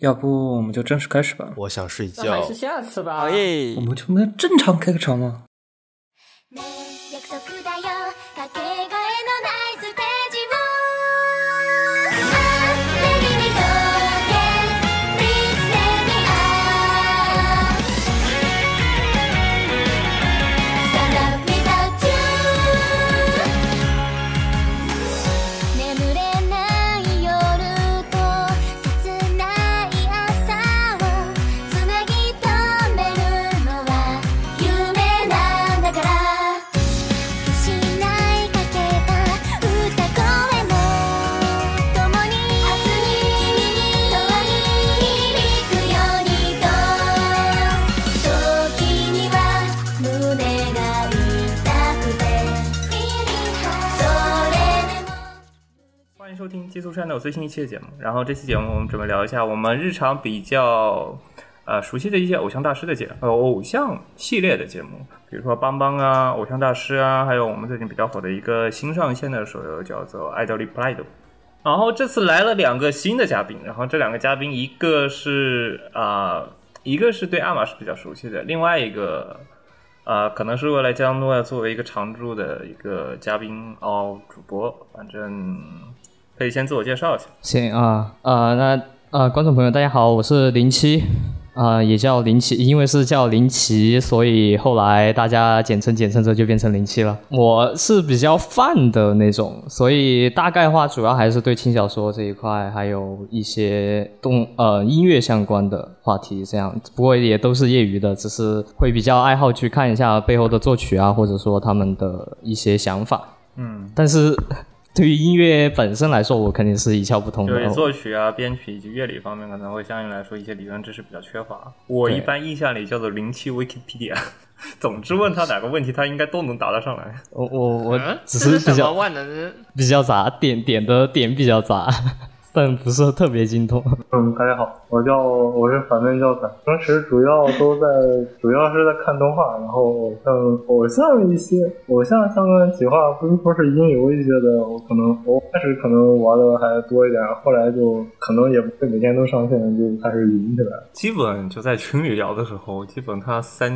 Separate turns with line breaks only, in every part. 要不我们就正式开始吧？
我想睡
那还
觉
是。下次吧。
好耶
我！们就没有正常开个场吗？
ねえ約束だよかけがえのないステージをレディミドーケン Please let me out Stand up without you 眠れない夜と切ない朝をつなぎ止めるのは夢なんだから失いかけた歌声も共に明日に君に永遠に響くようにと時には胸が痛くてそれでも
欢迎收听基础山的最新一期的节目。然后这期节目我们准备聊一下我们日常比较呃熟悉的一些偶像大师的节呃偶像系列的节目，比如说邦邦啊、偶像大师啊，还有我们最近比较火的一个新上线的手游叫做《爱豆力 Pride》。然后这次来了两个新的嘉宾，然后这两个嘉宾一个是啊、呃一个是对阿玛是比较熟悉的，另外一个啊，可能是未来将诺亚作为一个常驻的一个嘉宾哦，主播，反正可以先自我介绍一下。
行啊啊、那啊、观众朋友大家好，我是林七啊、也叫林奇，因为是叫林奇，所以后来大家简称简称之后就变成林七了。我是比较泛的那种，所以大概话主要还是对轻小说这一块，还有一些动呃音乐相关的话题这样。不过也都是业余的，只是会比较爱好去看一下背后的作曲啊，或者说他们的一些想法。
嗯，
但是 对于音乐本身来说，我肯定是一窍不通的。哦
就是作曲啊、编曲以及乐理方面，可能会相应来说一些理论知识比较缺乏。我
对
一般印象里叫做零七 Wikipedia。总 之，问他哪个问题，他应该都能答得上来。
我我我
嗯，
只
这是什
比
么
较
万能？
比较杂，点点的点比较杂， 但不是特别精通。
嗯，大家好，我叫我是反面教材，平时主要都在，主要是在看动画，然后偶像偶像一些偶像相关的企划，不是说是音游一些的，我可能我开始可能玩的还多一点，后来就可能也不会每天都上线，就开始云起来了。
基本就在群里聊的时候，基本他三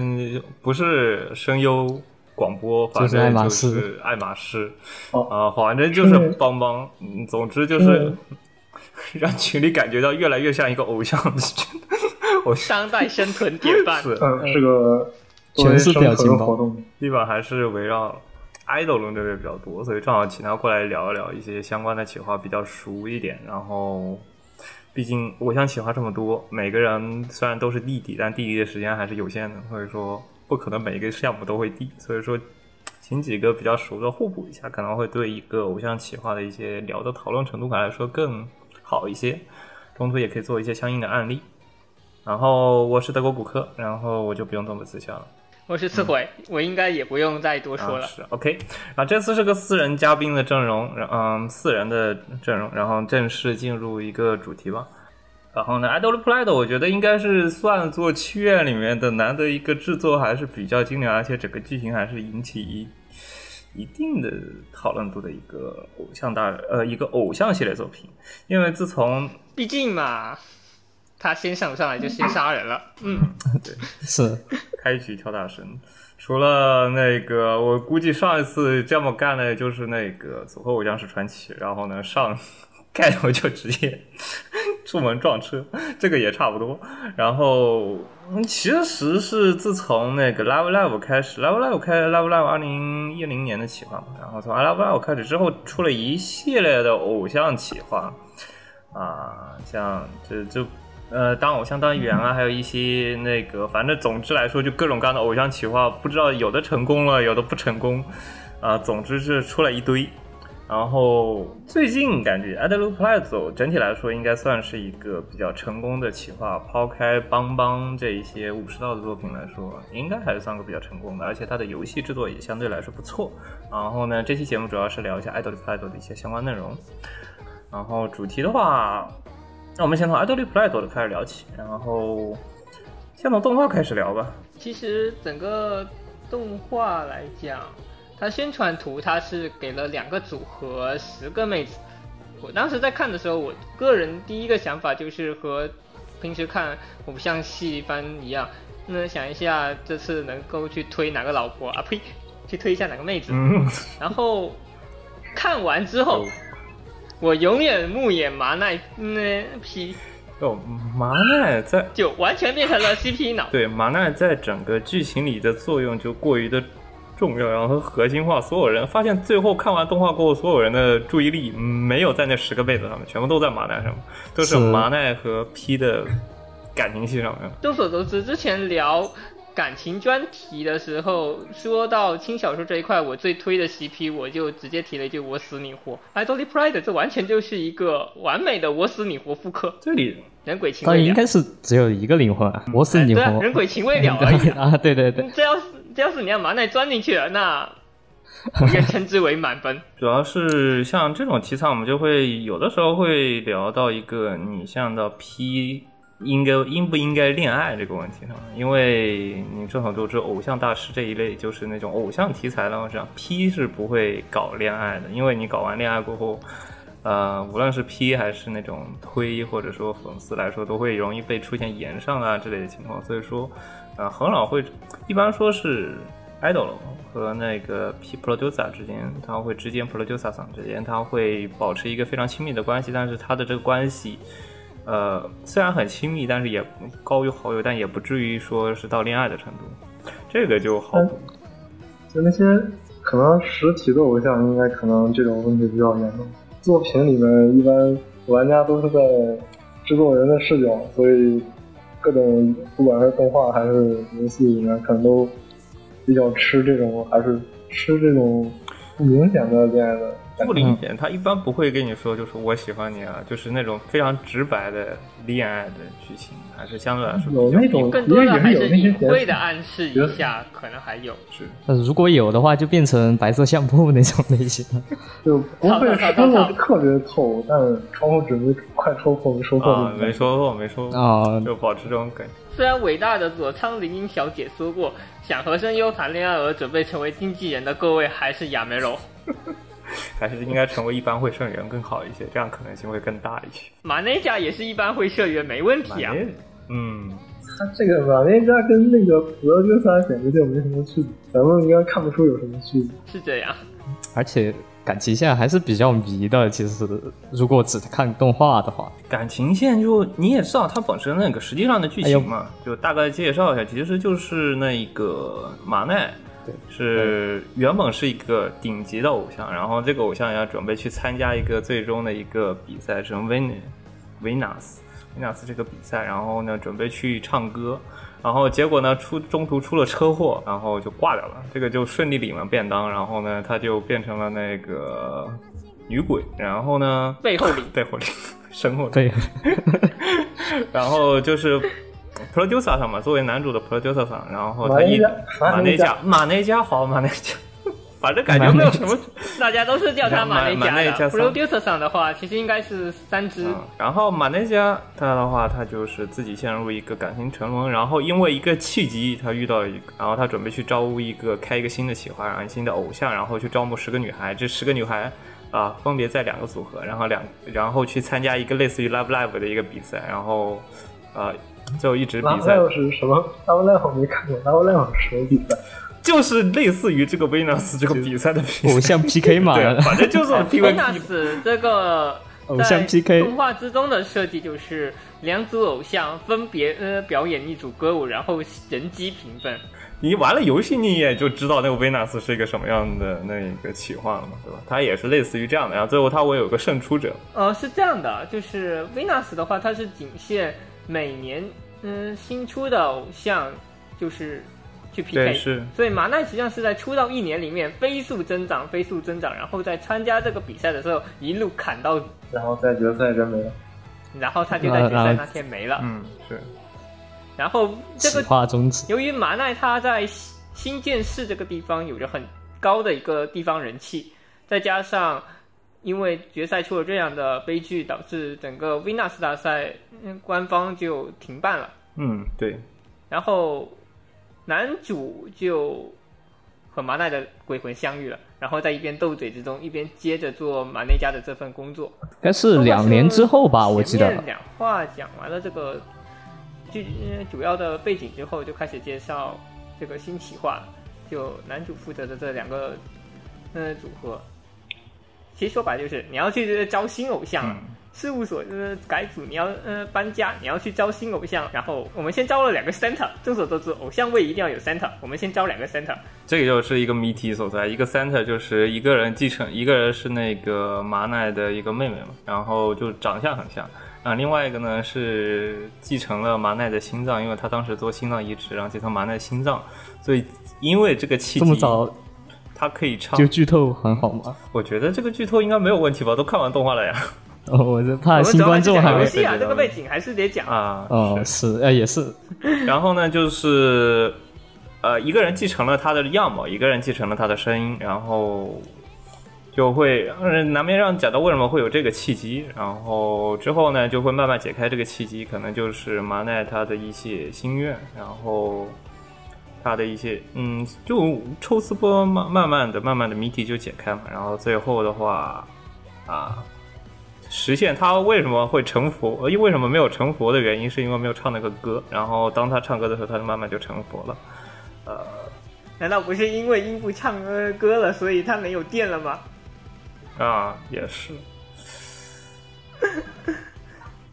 不是声优、广播，反
就是爱
正
马
就
仕
是爱马仕，啊、
哦
反正就是
嗯
帮帮，嗯，总之就是
嗯
让群里感觉到越来越像一个偶像，偶像
当代生存典范。
是，
嗯，是个作
全
为
是
生
表情
存
包
活动，
基本还是围绕 idol 论这边比较多，所以正好请他过来聊一聊一些相关的企划比较熟一点。然后，毕竟偶像企划这么多，每个人虽然都是弟弟，但弟弟的时间还是有限的，所以说不可能每一个项目都会弟，所以说。请几个比较熟的互补一下，可能会对一个偶像企划的一些聊的讨论程度感来说更好一些。中途也可以做一些相应的案例。然后我是德国骨科，然后我就不用这么自洽了。
我是刺回，我应该也不用再多说了
啊、。是 OK 啊，这次是个四人嘉宾的阵容，然嗯，四人的阵容，然后正式进入一个主题吧。然后呢，Idol Pride，我觉得应该是算作七月里面的难得一个制作还是比较精良，而且整个剧情还是引起一一定的讨论度的一个偶像大呃一个偶像系列作品。因为自从
毕竟嘛，他先上不上来就先杀人了。嗯，
是
开局跳大神。除了那个，我估计上一次这么干的就是那个《组合偶像是传奇》，然后呢上 盖头就直接出门撞车， 这个也差不多。然后嗯其实是自从那个 Love Live 开始，Love Live 开 Love Live 二零一零年的企划嘛，然后从 Love Live 开始之后，出了一系列的偶像企划，啊，像这就呃当偶像当演员啊，还有一些那个，反正总之来说，就各种各样的偶像企划，不知道有的成功了，有的不成功，啊，总之是出了一堆。然后最近感觉 a d e l u p l a z o 整体来说应该算是一个比较成功的企划，抛开邦邦这一些武士道的作品来说，应该还是算个比较成功的，而且它的游戏制作也相对来说不错。然后呢，这期节目主要是聊一下 a d e l u p l a z o 的一些相关内容。然后主题的话，那我们先从 Idol Play 的开始聊起，然后先从动画开始聊吧。
其实整个动画来讲，它宣传图它是给了两个组合十个妹子。我当时在看的时候，我个人第一个想法就是和平时看偶像戏番一样。那想一下，这次能够去推哪个老婆啊？呸， 去推一下哪个妹子？
嗯，
然后看完之后，我永远木野麻奈那批
哦，麻奈在
就完全变成了 CP 脑。
对麻奈在整个剧情里的作用就过于的重要，然后核心化所有人。发现最后看完动画过后，所有人的注意力嗯没有在那十个妹子上面，全部都在麻奈上面，都是
是
麻奈和 P 的感情戏上面。
众所周知，之前聊感情专题的时候，说到轻小说这一块，我最推的 CP，我就直接提了一句“我死你活 ”，Idol Pride，这完全就是一个完美的“我死你活”复刻，
这里
人鬼情
他
未
应
了。
该是只有一个灵魂啊，我死你
对
活。
啊，人鬼情未了而已
啊，对对对，
这要是这要是你让麻奈钻进去了，那我应该称之为满 分。
主要是像这种题材，我们就会有的时候会聊到一个你像到 P 应该应不应该恋爱这个问题上，因为你众所周知，偶像大师这一类就是那种偶像题材的话，这样 P 是不会搞恋爱的，因为你搞完恋爱过后。呃，无论是 P 还是那种推或者说粉丝来说，都会容易被出现延上啊之类的情况，所以说，呃，很少会，一般说是 idol 和那个 P producer 之间，他会之间 producer 上之间，他会保持一个非常亲密的关系，但是他的这个关系，呃，虽然很亲密，但是也高于好友，但也不至于说是到恋爱的程度，这个就
嗯
好不
就那些可能实体的偶像，应该可能这种问题比较严重。作品里面一般玩家都是在制作人的视角，所以各种不管是动画还是游戏里面，可能都比较吃这种，还是吃这种不明显的恋爱的感
不
觉。
明显，他一般不会跟你说就是我喜欢你啊，就是那种非常直白的恋爱的剧情，还是相对来说
有
比较
那种
更多的还是隐晦
也有那些
的暗示
觉得
一下，可能还有。
是
呃如果有的话，就变成白色相簿那种类型了。
就不会说的特别透，但窗户纸没快戳破没戳破
啊，
就
没说错，没说错，
啊
就保持这种梗。
虽然伟大的佐仓绫音小姐说过，想和声优谈恋爱而准备成为经纪人的各位还是亚梅罗。
还是应该成为一般会社员更好一些，这样可能性会更大一些。
马内甲也是一般会社员，没问题啊。
嗯，
他这个马内加跟那个普罗丁萨简直就没什么区别，咱们应该看不出有什么区别。
是这样，
而且感情线还是比较迷的。其实，如果只看动画的话，
感情线就你也知道，它本身那个实际上的剧情嘛，就大概介绍一下，其实就是那个马奈。是原本是一个顶级的偶像，然后这个偶像要准备去参加一个最终的一个比赛，是维尼维纳斯维纳斯这个比赛，然后呢准备去唱歌，然后结果呢出中途出了车祸，然后就挂掉了，这个就顺利领了便当，然后呢他就变成了那个女鬼，然后呢
背后里
背后里身后里
对，
然后就是 producer 上嘛，作为男主的 producer 上，然后
马
他
内
一
加
马
马
内
内加
加马内加好马内加， 反正感觉没有什么。
大家都是叫他马内
马马内
甲
甲
的。
桑
producer 上的话，其实应该是三只。
嗯然后马内加他的话，他就是自己陷入一个感情沉沦，然后因为一个契机，他遇到一个，然后他准备去招募一个开一个新的企划，然后新的偶像，然后去招募十个女孩，这十个女孩。啊，分别在两个组合，然后两，然后去参加一个类似于 Love Live 的一个比赛，然后，呃，就一直比
拉布
赛
莱姆是什么？拉布莱姆没看过，拉布莱姆是什么比赛？
就是类似于这个 Venus 这个比赛的比
偶
赛，
像 PK 嘛，
对，反正就是
维
P
纳
V
斯 这个
偶像
在
PK
动画之中的设计就是两组偶像分别呃表演一组歌舞，然后人机评分。
你玩了游戏，你也就知道那个 Venus 是一个什么样的那个企划了嘛，对吧？它也是类似于这样的，然后最后它会有个胜出者，
呃，是这样的，就是 Venus 的话，它是仅限每年嗯新出的偶像就是去 PK，
对是
所以马奈实际上是在出道一年里面飞速增长，飞速增长，然后在参加这个比赛的时候一路砍到底，
然后在决赛真没了。
然后他就
呃
在决赛
然后
那天没了。
嗯，是
然后这
企
个
划终止。
由于马奈他在新新建市这个地方有着很高的一个地方人气，再加上因为决赛出了这样的悲剧，导致整个 Venus 大赛嗯官方就停办了。
嗯，对，
然后男主就和麻奈的鬼魂相遇了，然后在一边斗嘴之中，一边接着做马内家的这份工作。
应该是两年之后吧，我记得
前面两话讲完了这个剧呃主要的背景之后，就开始介绍这个新企划，就男主负责的这两个呃组合。其实说白了就是你要去呃招新偶像
嗯
嗯
啊，事务所呃改组，你要呃搬家，你要去招新偶像，然后我们先招了两个 center。众所周知，偶像位一定要有 center，我们先招两个 center。
这个就是一个谜题所在。一个 center 就是一个人继承，一个人是那个马奶的一个妹妹嘛，然后就长相很像。然后另外一个呢是继承了马奈的心脏，因为他当时做心脏移植，然后继承马奈的心脏，所以因为这个契机，
这么早
他可以唱
就。剧透很好吗？
我觉得这个剧透应该没有问题吧？都看完动画了呀。
哦，我是
我
怕
们
新
主要还
观
是
众还
讲游
没。
戏啊，
对对对
这个背景还是得讲。
啊，
哦，是，呃，也是，
然后呢，就是呃，一个人继承了他的样貌，一个人继承了他的声音，然后就会让人难免让你讲到为什么会有这个契机。然后之后呢，就会慢慢解开这个契机，可能就是麻奈他的一些心愿，然后。他的一些嗯，就抽丝剥慢慢慢的、慢慢的谜题就解开嘛，然后最后的话啊，实现他为什么会成佛，呃，为什么没有成佛的原因，是因为没有唱那个歌。然后当他唱歌的时候，他就慢慢就成佛了。
难道不是因为英布唱呃歌了，所以他没有电了吗？
啊，也是。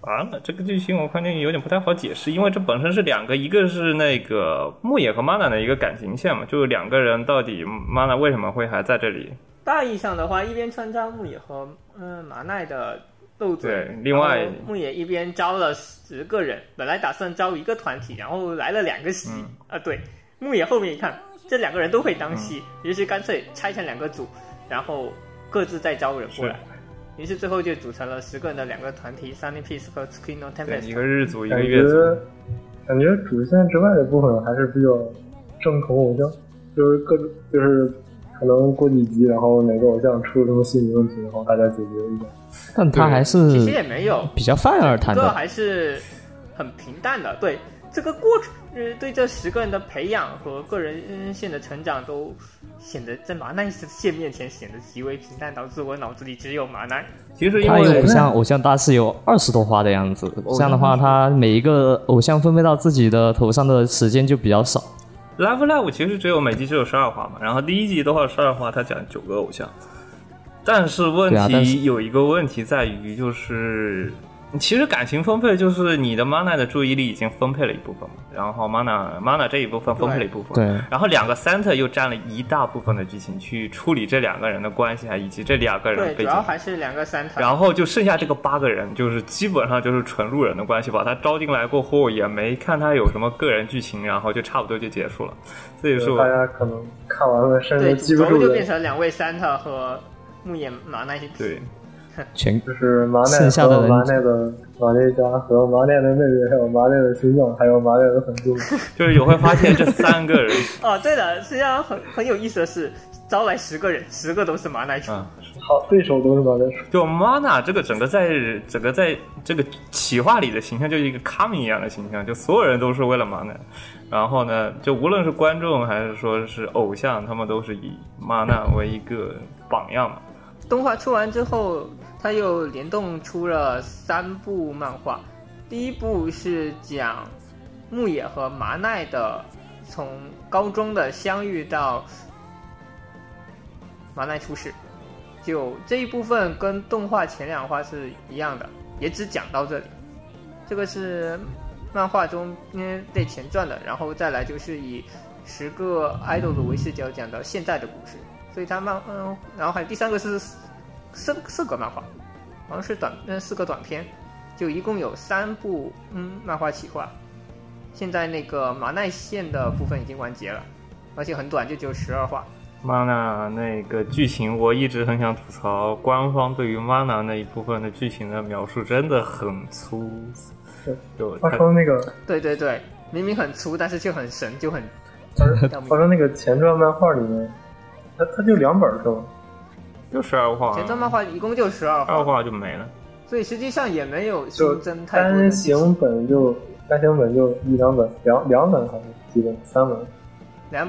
完了，这个剧情我发现有点不太好解释，因为这本身是两个，一个是那个牧野和玛娜的一个感情线嘛，就是两个人到底玛娜为什么会还在这里？
大意上的话，一边穿插牧野和嗯、呃、马奈的斗嘴，
对另外
然后牧野一边招了十个人，本来打算招一个团体，然后来了两个戏、
嗯
啊，对，牧野后面一看这两个人都会当戏，
嗯
于是干脆拆成两个组，然后各自再招人过来，于是最后就组成了十个人的两个团体，Sunny Peace 和 s k i n o
对，
Tempest
一。个日族，一个
感
月
觉
族。
感觉主线之外的部分还是比较正统偶像，就是各种就是可能过几集，然后哪个偶像出了什么心理问题，然后大家解决一下。
但他还
其实也
是
没有，
比较泛而谈
这
的。
还是很平淡的。对这个过程，呃，对这十个人的培养和个人嗯线的成长，都显得在马奈线面前显得极为平淡，导致我脑子里只有马奈。
其实因
他又
为
不像偶像大师有二十多花的样子，这样的话，他每一个偶像分配到自己的头上的时间就比较少。
Love Live 其实只有每集只有十二话嘛，然后第一集的话十二话，它讲九个偶像，但是问
对啊但是
题有一个问题在于就是，其实感情分配就是你的 mana 的注意力已经分配了一部分嘛，然后 mana mana 这一部分分配了一部分，
对，
然后两个 center 又占了一大部分的剧情去处理这两个人的关系啊，以及这两个人的
对，主
背景
要。还是两个三团。
然后就剩下这个八个人，就是基本上就是纯路人的关系，把他招进来过后也没看他有什么个人剧情，然后就差不多就结束了。这也是我
大家可能看完了，甚
对，
至记不
主
住
轴就
的
变，成两位三特和木野马奈一起。
对，
全
就是麻奈
剩下的
和
人
麻奈的马内家和麻奈的妹妹，还有麻奈的心脏，还有麻奈的 粉丝。
就是有会发现这三个人，
哦，对了，实际上很很有意思的是，招来十个人，十个都是马奈出。
嗯，
好，对手都是麻奈出。
就 Mana 这个整个在整个在这个企划里的形象就是一个卡米一样的形象，就所有人都是为了 Mana，然后呢，就无论是观众还是说是偶像，他们都是以 Mana 为一个榜样嘛。
动画出完之后，他又联动出了三部漫画，第一部是讲牧野和麻奈的从高中的相遇到麻奈出世，就这一部分跟动画前两话是一样的，也只讲到这里。这个是漫画中嗯对前传的，然后再来就是以十个 idol 为视角讲的现在的故事，所以它漫嗯，然后还有第三个是四四四个漫画，好像是短嗯四个短片，就一共有三部嗯漫画企划。现在那个马奈线的部分已经完结了，而且很短，就只有十二话。
Mana 那个剧情，我一直很想吐槽，官方对于 Mana 那一部分的剧情的描述真的很粗，就
话说那个，
对对对，明明很粗，但是却很神，就很要命
话说那个前传漫画里面，它它就两本是吧？
就十二话，
前传漫画一共就十
哦
二
二
话，
话就没了。
所以实际上也没有
就
新增太多的
单
剧情。
行本就单行本就一两本，两两本还是几本？三本？
两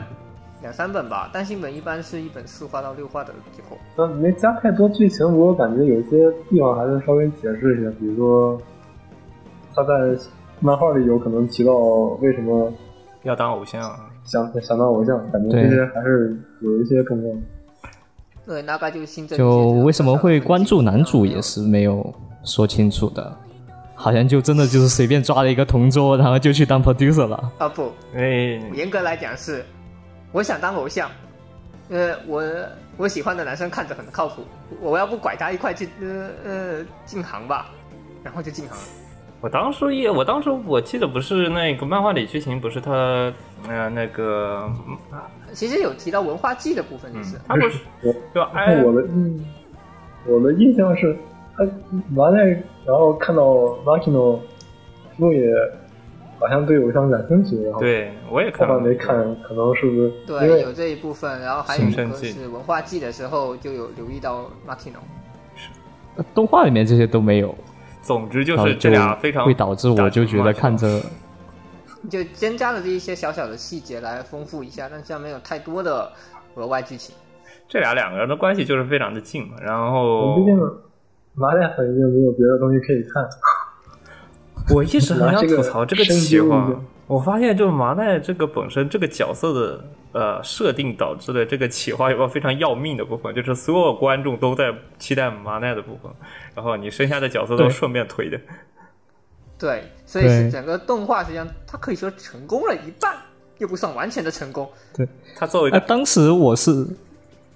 两三本吧，单行本一般是一本四话到六话的结果。
那没加太多剧情，不过感觉有些地方还是稍微解释一下，比如说他在漫画里有可能提到为什么
要当偶像啊。
想想当偶像，感觉
对
这些还是有一些重要的。
对，那个就是新增
就为什么会关
啊
注男主也是没有说清楚的，好像就真的就是随便抓了一个同桌，然后就去当 producer 了。
啊不，
哎，
严格来讲是，我想当偶像，呃，我我喜欢的男生看着很靠谱，我要不拐他一块进呃呃进行吧，然后就进行了。
我当初也，我当初我记得不是那个漫画里剧情，不是他，呃，那个，
其实有提到文化祭的部分，就
嗯
是、，
他不是
我
就哎
然
挨
后我
哎
的
嗯
印，我的印象是，他完了，然后看到 Makino，路也好像对偶像感兴趣，然后
对我也
后
看了
面没看，可能是不是因
对
为
有这一部分，然后还有
新
一个
生祭
是文化祭的时候就有留意到 Martino，
动画里面这些都没有，
总之就
然后
是这俩非常
会导致我就觉得看着
就增加了这一些小小的细节来丰富一下，但是没有太多的额外剧情。
这俩两个人的关系就是非常的近嘛。然
我
后
毕竟麻袋粉已经没有别的东西可以看，
我一直很想吐槽这个企
拿
划
这个，
我发现就是麻奈这个本身这个角色的呃设定导致的这个企划有个非常要命的部分，就是所有观众都在期待麻奈的部分，然后你剩下的角色都
对
顺便推的。
对，所以是
对
整个动画实际上它可以说成功了一半，又不算完全的成功。
他作为一
呃，
个
当时我是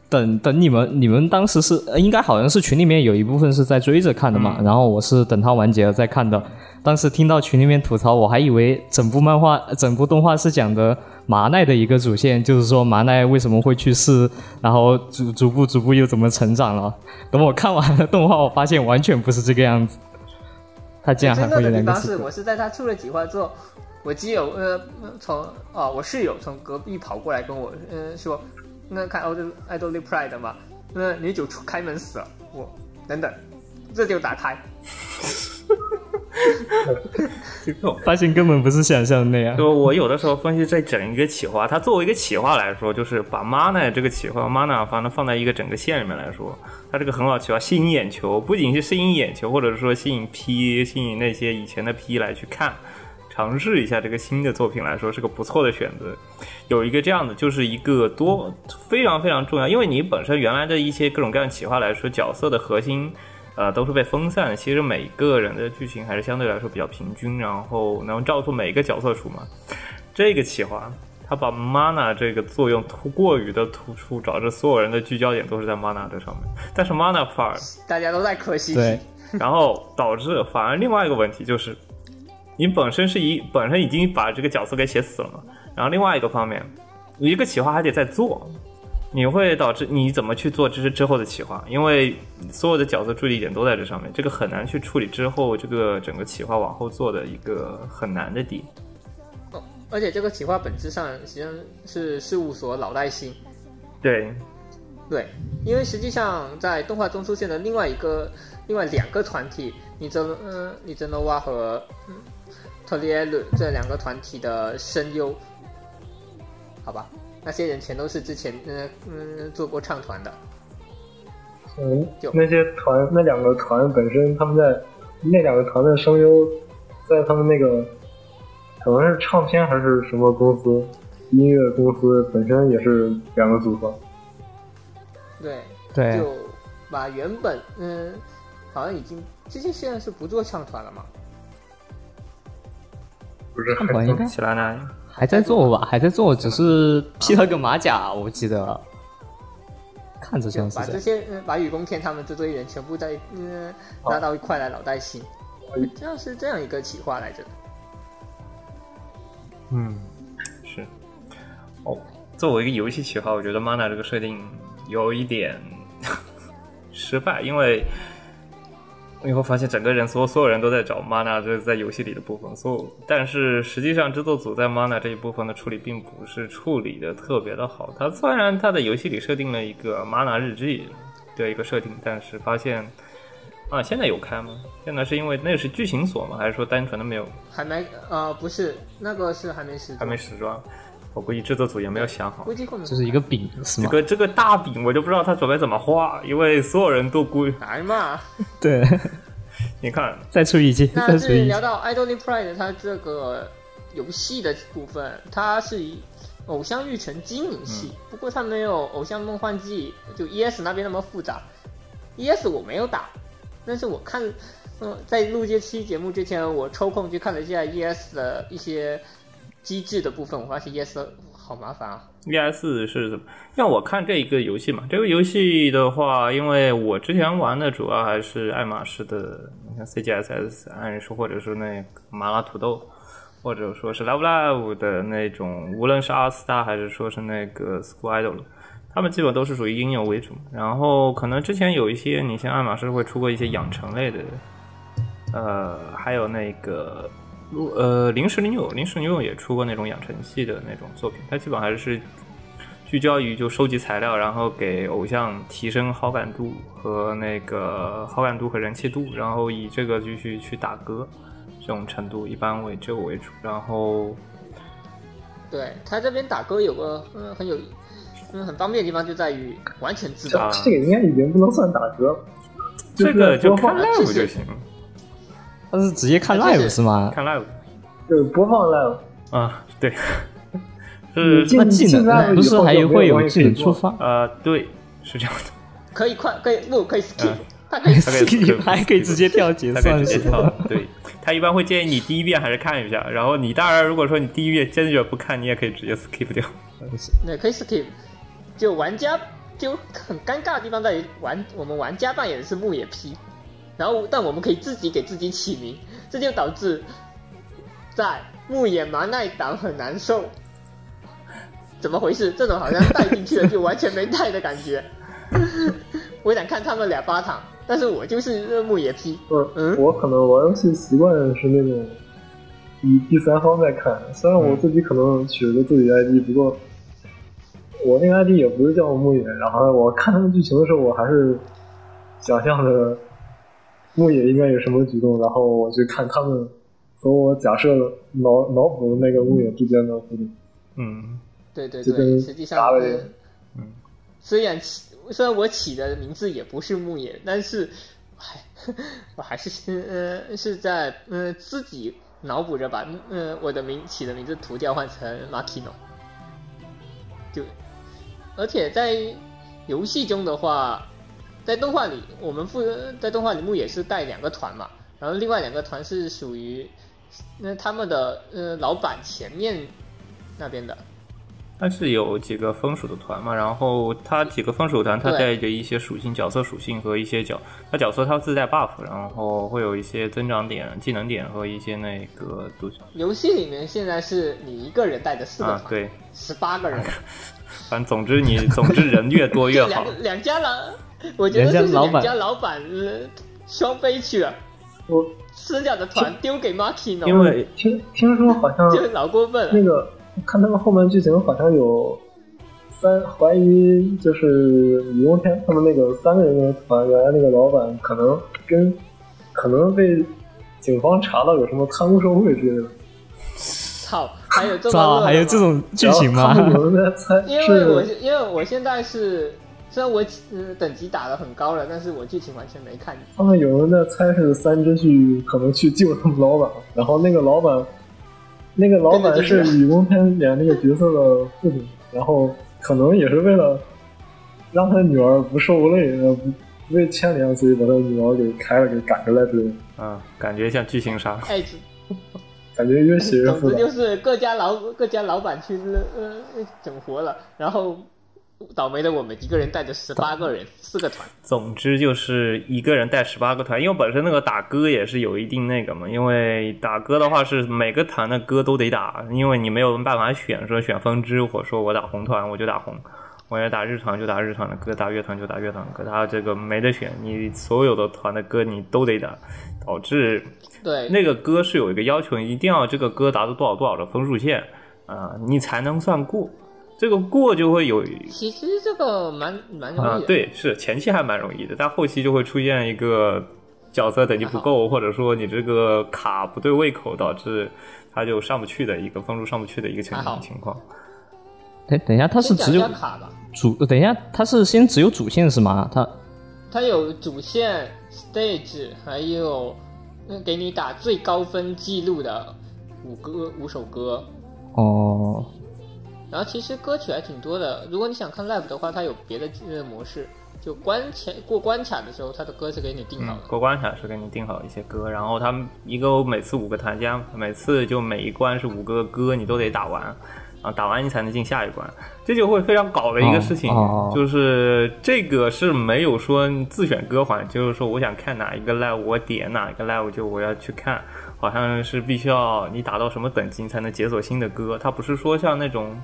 等等你们，你们当时是呃应该好像是群里面有一部分是在追着看的嘛，然后我是等它完结了再看的。当时听到群里面吐槽，我还以为整部漫画、呃整部动画是讲的麻奈的一个主线，就是说麻奈为什么会去世，然后逐逐步逐步又怎么成长了。等我看完了动画，我发现完全不是这个样子。他竟然还
真
会
正
有
的
两
地
个
方
死
是，
鬼
我是在他出了企划之后，我基友呃从哦我室友从隔壁跑过来跟我呃说，那看《奥德爱豆 Pride》嘛，那女主出开门死了，我等等，这就打开，
这种
发现根本不是想象的那样。
就我有的时候分析这整一个企划，它作为一个企划来说，就是把 mana 这个企划 mana 反正放在一个整个线里面来说，它这个很好的企划，吸引眼球，不仅是吸引眼球，或者说吸引 P，吸引那些以前的 P 来去看，尝试一下这个新的作品来说是个不错的选择。有一个这样的，就是一个多非常非常重要，因为你本身原来的一些各种各样的企划来说，角色的核心。呃，都是被分散的。其实每个人的剧情还是相对来说比较平均，然后能照出每一个角色出嘛。这个企划，他把 mana 这个作用突过于的突出，导致所有人的聚焦点都是在 mana 这上面。但是 mana 反而，
大家都在磕西
对
西，，
然后导致反而另外一个问题就是，你本身是一本身已经把这个角色给写死了嘛，然后另外一个方面，一个企划还得再做，你会导致你怎么去做这是之后的企划，因为所有的角色注意力点都在这上面，这个很难去处理之后这个整个企划往后做的一个很难的点。
而且这个企划本质上实际上是事务所老带新，
对，
对，因为实际上在动画中出现的另外一个、另外两个团体，尼泽嗯，尼泽诺瓦和嗯特利埃鲁这两个团体的声优，好吧，那些人全都是之前嗯嗯做过唱团的，
嗯
就，
那些团那两个团本身他们在那两个团的声优，在他们那个可能是唱片还是什么公司音乐公司本身也是两个组合，
对，
对
就把原本嗯好像已经最近现在是不做唱团了嘛，
不是
看
很
团应该
起来呢，
还在做吧，还在做，只是披了个马甲，我记得，看着
就
像是
把
这
这
样。
些嗯把雨宫天他们这堆人全部在嗯
好
拉到一块来老带新，这样是这样一个企划来着。
嗯，是。哦，作为一个游戏企划，我觉得 mana 这个设定有一点 失败，因为你会发现整个人所有所有人都在找 mana 这在游戏里的部分，所有但是实际上制作组在 mana 这一部分的处理并不是处理的特别的好。它虽然它在游戏里设定了一个 mana 日记的一个设定，但是发现。啊，现在有开吗？现在是因为那是剧情锁吗？还是说单纯的没有
还没呃，不是那个是还没始作，
还没时装，我估计制作组也没有想好
估。计后面
就是一个饼
这
是吗？
个这个大饼我就不知道他准备怎么画，因为所有人都估
来嘛，
对，
你看，
再出一季，
那
再出
至于
一季
聊。到《Idol Pride》它这个游戏的部分，它是以偶像育成经营系，不过它没有《偶像梦幻季》就 ES 那边那么复杂。ES 我没有打，但是我看，嗯、在录这期节目之前，我抽空去看了一下 ES 的一些机制的部分，我发现 ES 好麻烦啊。
VS 是怎么？让我看这一个游戏嘛。这个游戏的话，因为我之前玩的主要还是爱马仕的，你看 CGSS，按说或者是那个麻辣土豆，或者说是 Love Live 的那种，无论是 R Star 还是说是那个 School Idol，他们基本都是属于音乐为主。然后可能之前有一些，你像爱马仕会出过一些养成类的，呃，还有那个如呃，临时女友，临时女友也出过那种养成系的那种作品，它基本还是聚焦于就收集材料，然后给偶像提升好感度和那个好感度和人气度，然后以这个继续去打歌，这种程度一般为这个为主。然后
对他这边打歌有个嗯很有嗯很方便的地方就在于完全自
啊
动，
这个应该已经不能算打折了，
这个就看
播放
live
就是
就行，
但是直接看 live 是吗？
看 live
就是播放 live。
啊，对，
你
是
进
那技
进 live
能不
以
是
后
还
就没
会有
东西
技
可以
能触
做
发？
呃，对，是这样的。
可以快可以录可以 skip，、
嗯
他可以
大概是
skip 还可以直接跳结
大概
算
直接
是吧
跳。对他一般会建议你第一遍还是看一下，然后你当然如果说你第一遍坚决不看，你也可以直接 skip 掉。
对可以 skip，就玩家就很尴尬的地方在于玩我们玩家扮演的是牧野 P，然后但我们可以自己给自己起名，这就导致在牧野麻奈党很难受。怎么回事？这种好像带进去了就完全没带的感 觉。我想看他们俩发场，但是我就是牧野 P。
我
嗯
我可能玩游戏习惯是那种以第三方在看，虽然我
嗯
自己可能取了个自己的 ID，不过我那个 ID 也不是叫牧野，然后我看他们剧情的时候，我还是想象着牧野应该有什么举动，然后我去看他们和我假设的脑脑补的那个牧野之间的互动。
嗯，
对对
就
对，
跟
实际上
达
我
人
嗯
虽然起虽然我起的名字也不是牧野，但是还我还是呃是在呃自己脑补着把呃我的名起的名字涂掉，换成 Makino。就而且在游戏中的话，在动画里，我们负在动画里牧野是带两个团嘛，然后另外两个团是属于那、他们的呃老板前面那边的，
它是有几个分属的团嘛，然后它几个分属团，它
对
带着一些属性、角色属性和一些角，它角色它自带 buff，然后会有一些增长点、技能点和一些那个独角
游戏里面现在是你一个人带着四个
啊，
团，
对，
十八、个人，
反正总之你总之人越多越
这
好
两个。两家老， 我觉得就
两家
是
老
两
板
家老板呃双飞去了，
我
剩下的团丢给 Markino，
因为
听听说好像
就老过分
那
了。
个看他们后面剧情好像有三怀疑，就是李中天他们那个三个人的团，原来那个老板可能跟可能被警方查到有什么贪污受贿之类的，
操，还有这么恶
操，
的
还有
吗
这种剧情 吗？
然后他们有人在猜
因为我
是
是因为我现在是虽然我嗯等级打的很高了，但是我剧情完全没看。
他们有人在猜是三只去可能去救他们老板，然后那个老板那个老板是李中天演那个角色的父亲，然后可能也是为了让他女儿不受累，呃不不被牵连，所以把他女儿给开了，给赶出来之类的，
嗯，感觉像剧情
哦
杀。
哎，
感觉越写越
总
复
之
杂。
就是各家老各家老板去呃整活了，然后倒霉的我们一个人带着十八个人，四个团。
总之就是一个人带十八个团，因为本身那个打歌也是有一定那个嘛，因为打歌的话是每个团的歌都得打，因为你没有办法选说选分支，或者说我打红团我就打红，我要打日团就打日团的歌，打乐团就打乐团的歌，他这个没得选，你所有的团的歌你都得打，导致
对，
那个歌是有一个要求，一定要这个歌达到多少多少的分数线啊、你才能算过，这个过就会有
其实这个蛮蛮容易的。
啊，对，是前期还蛮容易的，但后期就会出现一个角色等级不够，或者说你这个卡不对胃口，导致他就上不去的一个分数上不去的一个情
还好
情况。
哎，等一下，它是
先讲
只
一
有
下卡吧，
主，等一下，它是先只有主线是吗？它
它有主线、stage，还有嗯给你打最高分记录的五歌五首歌，
哦，
然后其实歌曲还挺多的。如果你想看 live 的话，它有别的呃模式，就关卡过关卡的时候，它的歌是给你定好
嗯
的。，
过关卡是给你定好一些歌，然后他们一个每次五个弹夹，每次就每一关是五个歌，你都得打完，啊，打完你才能进下一关，这就会非常搞的一个事情，
哦哦
就是这个是没有说自选歌环，就是说我想看哪一个 live 我点哪一个 live 就我要去看，好像是必须要你打到什么等级你才能解锁新的歌，它不是说像那种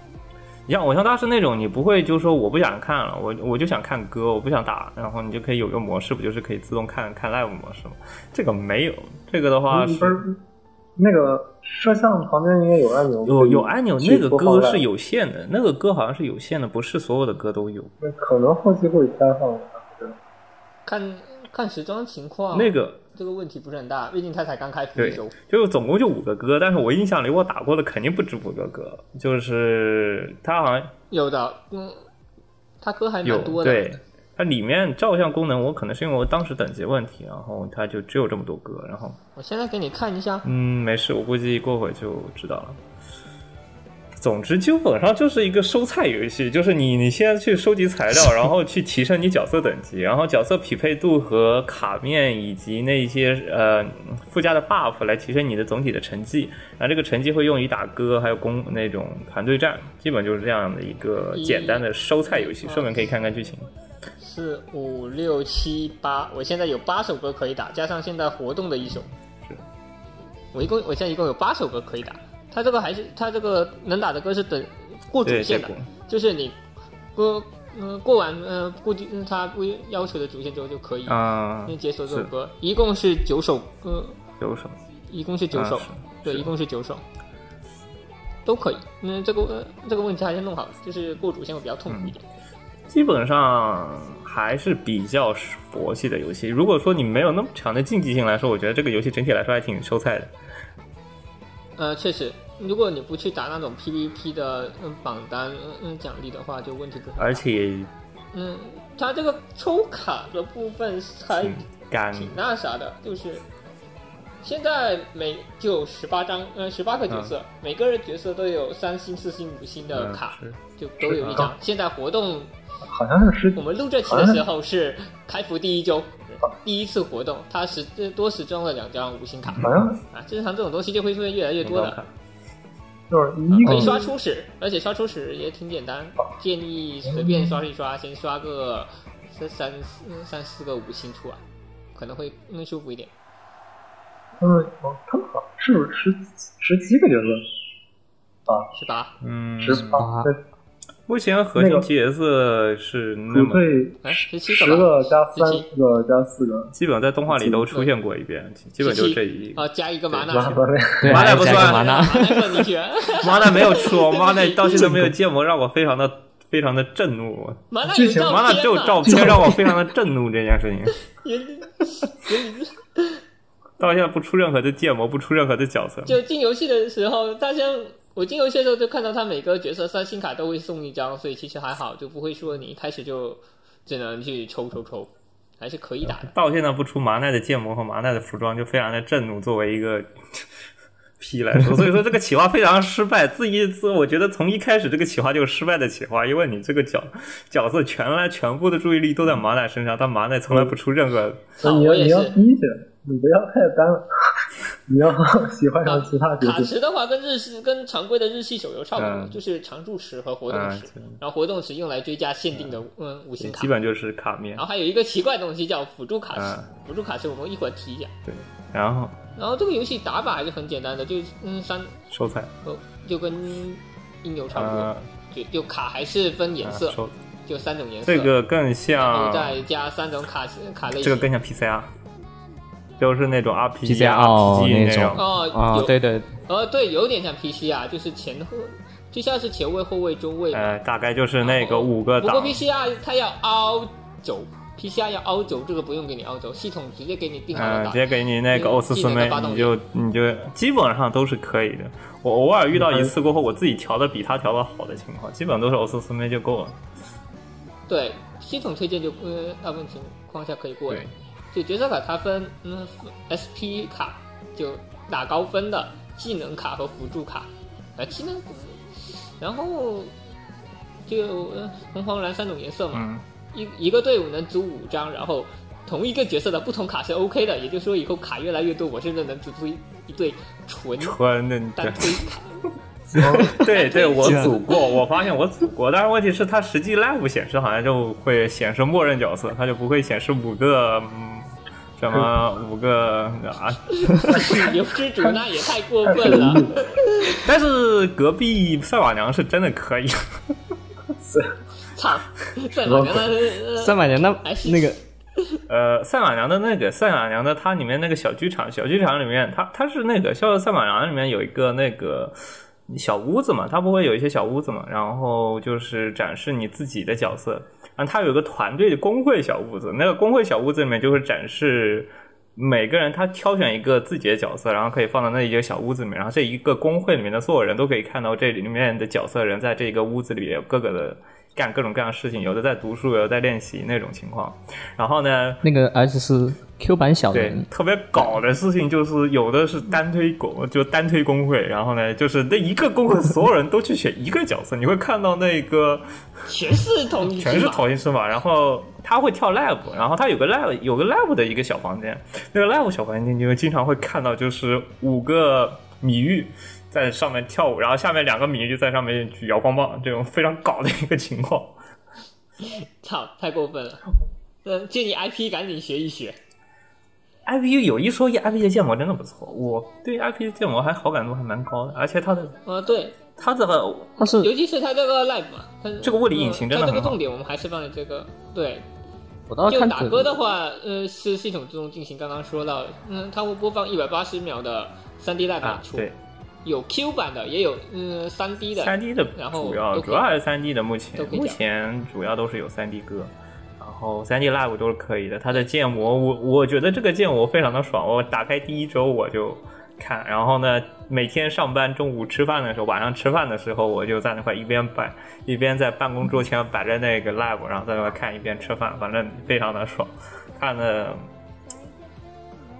你像偶像大师那种，你不会就说我不想看了，我我就想看歌，我不想打，然后你就可以有个模式，不就是可以自动看看 live 模式吗？这个没有，这个的话
嗯不
是
是那个摄像旁边应该有按钮，
有有按钮，
去
那个
播放
歌
量
是有限的，那个歌好像是有限的，不是所有的歌都有。
哦
那可能后期会开放吧。对
看看时装情况，
嗯那个
这个问题不是很大，毕竟它才刚开服
对
一周。
就总共就五个歌，但是我印象里我打过的肯定不止五个歌，就是它好像
有的，嗯，它歌还
有
蛮多的。
对，它里面照相功能，我可能是因为我当时等级问题，然后它就只有这么多歌，然后
我现在给你看一下，
嗯，没事，我估计过会就知道了。总之，基本上就是一个收菜游戏，就是你你先去收集材 料，然后去提升你角色等级，然后角色匹配度和卡面以及那些呃附加的 buff 来提升你的总体的成绩。然后这个成绩会用于打歌，还有攻那种团队战，基本就是这样的一个简单的收菜游
嗯
戏。顺便可以看看剧情。
四五六七八，我现在有八首歌可以打，加上现在活动的一首，
是
我一共我现在一共有八首歌可以打。它这个还是它这个能打的歌是等过主
对，结
线的
果，
就是你过嗯、过完呃固定嗯它规要求的主线之后就可以
啊，
嗯解锁这首
是
歌，一共是九首歌，
有什么？
一共是九
啊
首，
是
对，
是
一共是九首，都可以。嗯，这个、呃、这个问题还是弄好，就是过主线会比较痛
嗯
苦一点。
基本上还是比较佛系的游戏。如果说你没有那么强的竞技性来说，我觉得这个游戏整体来说还挺收菜的。
呃，确实，如果你不去打那种 PVP 的嗯榜单嗯嗯奖励的话，就问题不很大。
而且
嗯，它这个抽卡的部分还
挺干，
挺那啥的，就是现在每就有十八张，呃，十八个角色，每个人角色都有三星、四星、五星
嗯
的卡，
是啊
就都有一张。现在活动
好像是十
我们录这期的时候是开服第一周，第一次活动，它时多时装了两张五星卡
嗯
好像
啊。正常这种东西就会会越来越
挺
多
高卡
的，。
就是一
嗯
可以
个
刷初始，而且刷初始也挺简单，
哦
建议随便刷一刷，先刷个三三嗯三四个五星出来，可能会更舒服一点。
他们哦他们好像是不是十十七个角色？
是吧？
嗯，
十八
啊
嗯，
对
目前核心角色是那
组
么，
队
哎，十七
十
个吧，
个加三
十七
个加四个，
基本在动画里都出现过一遍，基本就这一
啊、。加一个麻
完
纳
了，完了
对，
麻辣
还
不
加
算
干嘛呢？
麻纳克尼犬，
妈的没有出，妈的到现在没有建模，让我非常的非常的震怒。
麻纳
剧
有
情
照
妈的只有
片
照
嘛？
片让我非常的震怒，这件事情
原
到现在不出任何的建模，不出任何的角色。
就进游戏的时候，大家我进游戏的时候就看到他每个角色三星卡都会送一张，所以其实还好，就不会说你一开始就只能去抽抽抽，还是可以打的。
到现在不出麻奈的建模和麻奈的服装，就非常的震怒。作为一个 P 来说，所以说这个企划非常失败。自一自我觉得从一开始这个企划就是失败的企划，因为你这个角角色全来全部的注意力都在麻奈身上，但麻奈从来不出任何。
所以
啊
你要
我也
你要
是。
低下，你不要太单了， 你要 喜欢上其他角
卡
色。
池的话，跟日系跟常规的日系手游差不多，
嗯
就是常驻池和活动
嗯
池，，然后活动池用来追加限定的嗯五
这
星卡
基。本就是卡面
然。后还有一个奇怪的东西叫辅助卡池，
嗯
辅助卡池我们一会儿提一下。
然后
然后这个游戏打法还是很简单的，就嗯三
收菜，
呃就跟音游差不多，嗯
呃，
就就卡还是分颜
啊
色，
收
就三种颜色，
这个更
然后
像
再加三种卡卡类型。
这个更像 PCR，就是那种 RPG
PCR 哦
RPG
那种
种。
哦
啊，
有
对对，
呃对，有点像 PC 啊，就是前后就像是前卫、后卫、中卫嘛。
呃，大概就是那个五个
哦不过
档，
PCR 它要凹轴，PCR 要凹轴，这个不用给你凹轴，系统直接给你定好了
嗯，
打。
直接给你那个欧四四妹，你就你就基本上都是可以的。我偶尔遇到一次过后，我自己调的比他调的好的情况，基本都是欧四四妹就够了。
对，系统推荐就呃大部分情况下可以过的
对。
就角色卡它分嗯 SP 卡，就打高分的技能卡和辅助卡，呃技能，然后就呃红黄蓝三种颜色嘛，
嗯，
一一个队伍能组五张，然后同一个角色的不同卡是 OK 的，也就是说以后卡越来越多，我甚至能组出一一对纯
纯嗯的你
单推卡。
对 对，我组过，我发现我组过，但是问题是它实际 live 显示好像就会显示默认角色，它就不会显示五个，嗯，什么五个啊？
牛之主那也太过分了，
但是隔壁赛马娘是真的可以，
操！赛马娘
三
的
百年那
还是
那个
呃，赛马娘的那个赛马娘的，它里面那个小剧场，小剧场里面，它它是那个《笑傲赛马娘》里面有一个那个小屋子嘛，它不会有一些小屋子嘛，然后就是展示你自己的角色，然后它有一个团队的工会小屋子，那个工会小屋子里面就会展示。每个人他挑选一个自己的角色，然后可以放到那一个小屋子里面，然后这一个工会里面的所有人都可以看到这里面的角色人在这个屋子里有各个的干各种各样的事情，有的在读书，有的在练习那种情况。然后呢，
那个，而且是 Q 版小
对
人，，
特别搞的事情就是有的是单推工，就单推工会，然后呢，就是那一个工会所有人都去选一个角色，你会看到那个
全是同一
全
只
是
马，
头型是马，然后他会跳 lab，然后他有个 lab 有个 lab 的一个小房间，那个 lab 小房间你会经常会看到就是五个米玉。在上面跳舞，然后下面两个米玉在上面举摇光棒，这种非常搞的一个情 况。
操，太过分了。嗯，建议 IP 赶紧学一学。
IP 有一说一，IP 的建模真的不错，我对 IP 的建模还好感度还蛮高的，而且它的
呃，对，
它的
他是
尤其是它这个 live 嘛，它
这个物理引擎真的
它这
很
个
好
重点我们还是放在这个对
我倒是
就
看
打
准
歌的话，呃，是系统自动进行。刚刚说到，嗯，它会播放一百八十秒的3 D 大
啊
演，出，
对，
有 Q 版的，也有嗯3 D 呃的。
三 D 的
然后
主要
都可以
主要还是三 D 的，目
都
前
可以
目
讲
前主要都是有三 D 歌，然后三 D live 都是可以的。它的建模，我我觉得这个建模非常的爽，我打开第一周我就看，然后呢，每天上班中午吃饭的时候，晚上吃饭的时候，我就在那块一边摆一边在办公桌前摆着那个 live，然后在那块看一边吃饭，反正非常的爽，看的。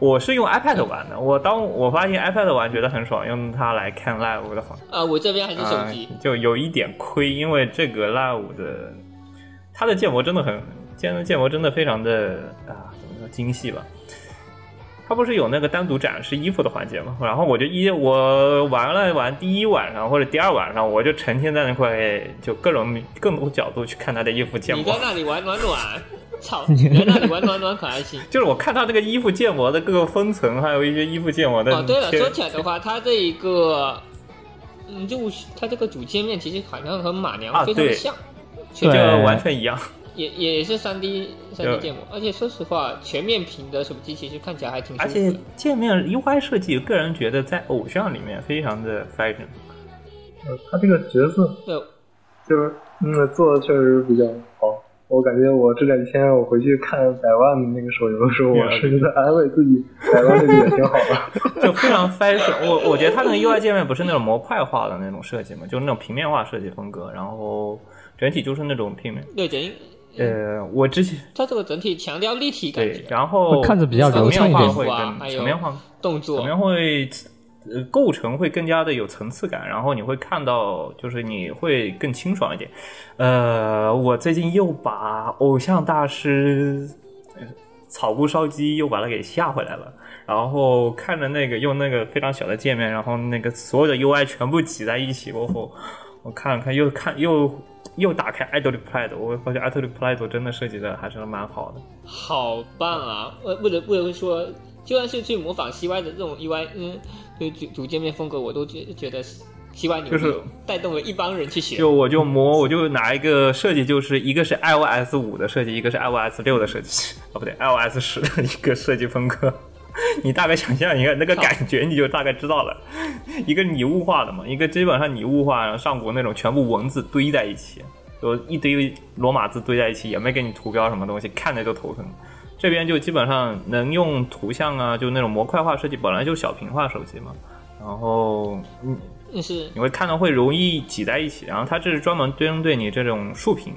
我是用 iPad 玩的，我当我发现 iPad 玩觉得很爽，用它来看 live 的话，
啊，我这边还是手机。
啊就有一点亏，因为这个 Live 的它的建模真的很，建建模真的非常的啊，怎么说精细吧？它不是有那个单独展示衣服的环节吗？然后我就一我玩了玩第一晚上或者第二晚上，我就成天在那块就各种各种角度去看它的衣服建
你
模
在。那里玩暖暖， 操！你在那里玩暖暖可开心。
就是我看它这个衣服建模的各个分层，还有一些衣服建模的贴。
哦，对了，说起来的话，它这一个，嗯，就是它这个主界面其实好像和马
啊
娘非常
对
像，
就
全
对
完全一样。
也也是3 D 3 D
对
建模，而且说实话，全面屏的手机其实看起来还挺舒
而
服
且
的。
界面 UI 设计，个人觉得在偶像里面非常的 fashion。
呃他这个角色
对，
就是嗯做的确实比较好。我感觉我这两天我回去看百万的那个手游的时候，
啊
我是在安慰自己，百万这个也挺好的。
就非常 fashion。我我觉得它那个 UI 界面不是那种模块化的那种设计嘛，就是那种平面化设计风格，然后整体就是那种平面。
对，整
呃，我之前
它这个整体强调立体感
对，
觉、
然后
看着比较流畅一
层
点
面化会
啊还
更
有
层面化，
动
层
作，
面会呃构成会更加的有层次感，然后你会看到就是你会更清爽一点。呃，我最近又把偶像大师。呃草菇烧鸡又把它给下回来了，然后看着那个用那个非常小的界面，然后那个所有的 UI 全部挤在一起过后，我看了看又看又又打开 Idol Pride，我发现 Idol Pride 真的设计的还是蛮好的。
好棒啊！我不得不得说，就算是去模仿 CY 的这种 UI，嗯，就主主界面风格，我都觉觉得 CY 牛逼，
就是
带动了一帮人去学。
就我就磨，我就拿一个设计，就是一个是 iOS 五的设计，一个是 iOS 六的设计，哦不对，iOS 十的一个设计风格。 你大概想象一个那个感觉，你就大概知道了。一个拟物化的嘛，一个基本上拟物化，然后上古那种全部文字堆在一起，就一堆罗马字堆在一起，也没给你图标什么东西，看着就头疼。这边就基本上能用图像啊，就那种模块化设计，本来就小屏化手机嘛，然后嗯。
但是
你会看到会容易挤在一起。然后它这是专门针对你这种竖屏，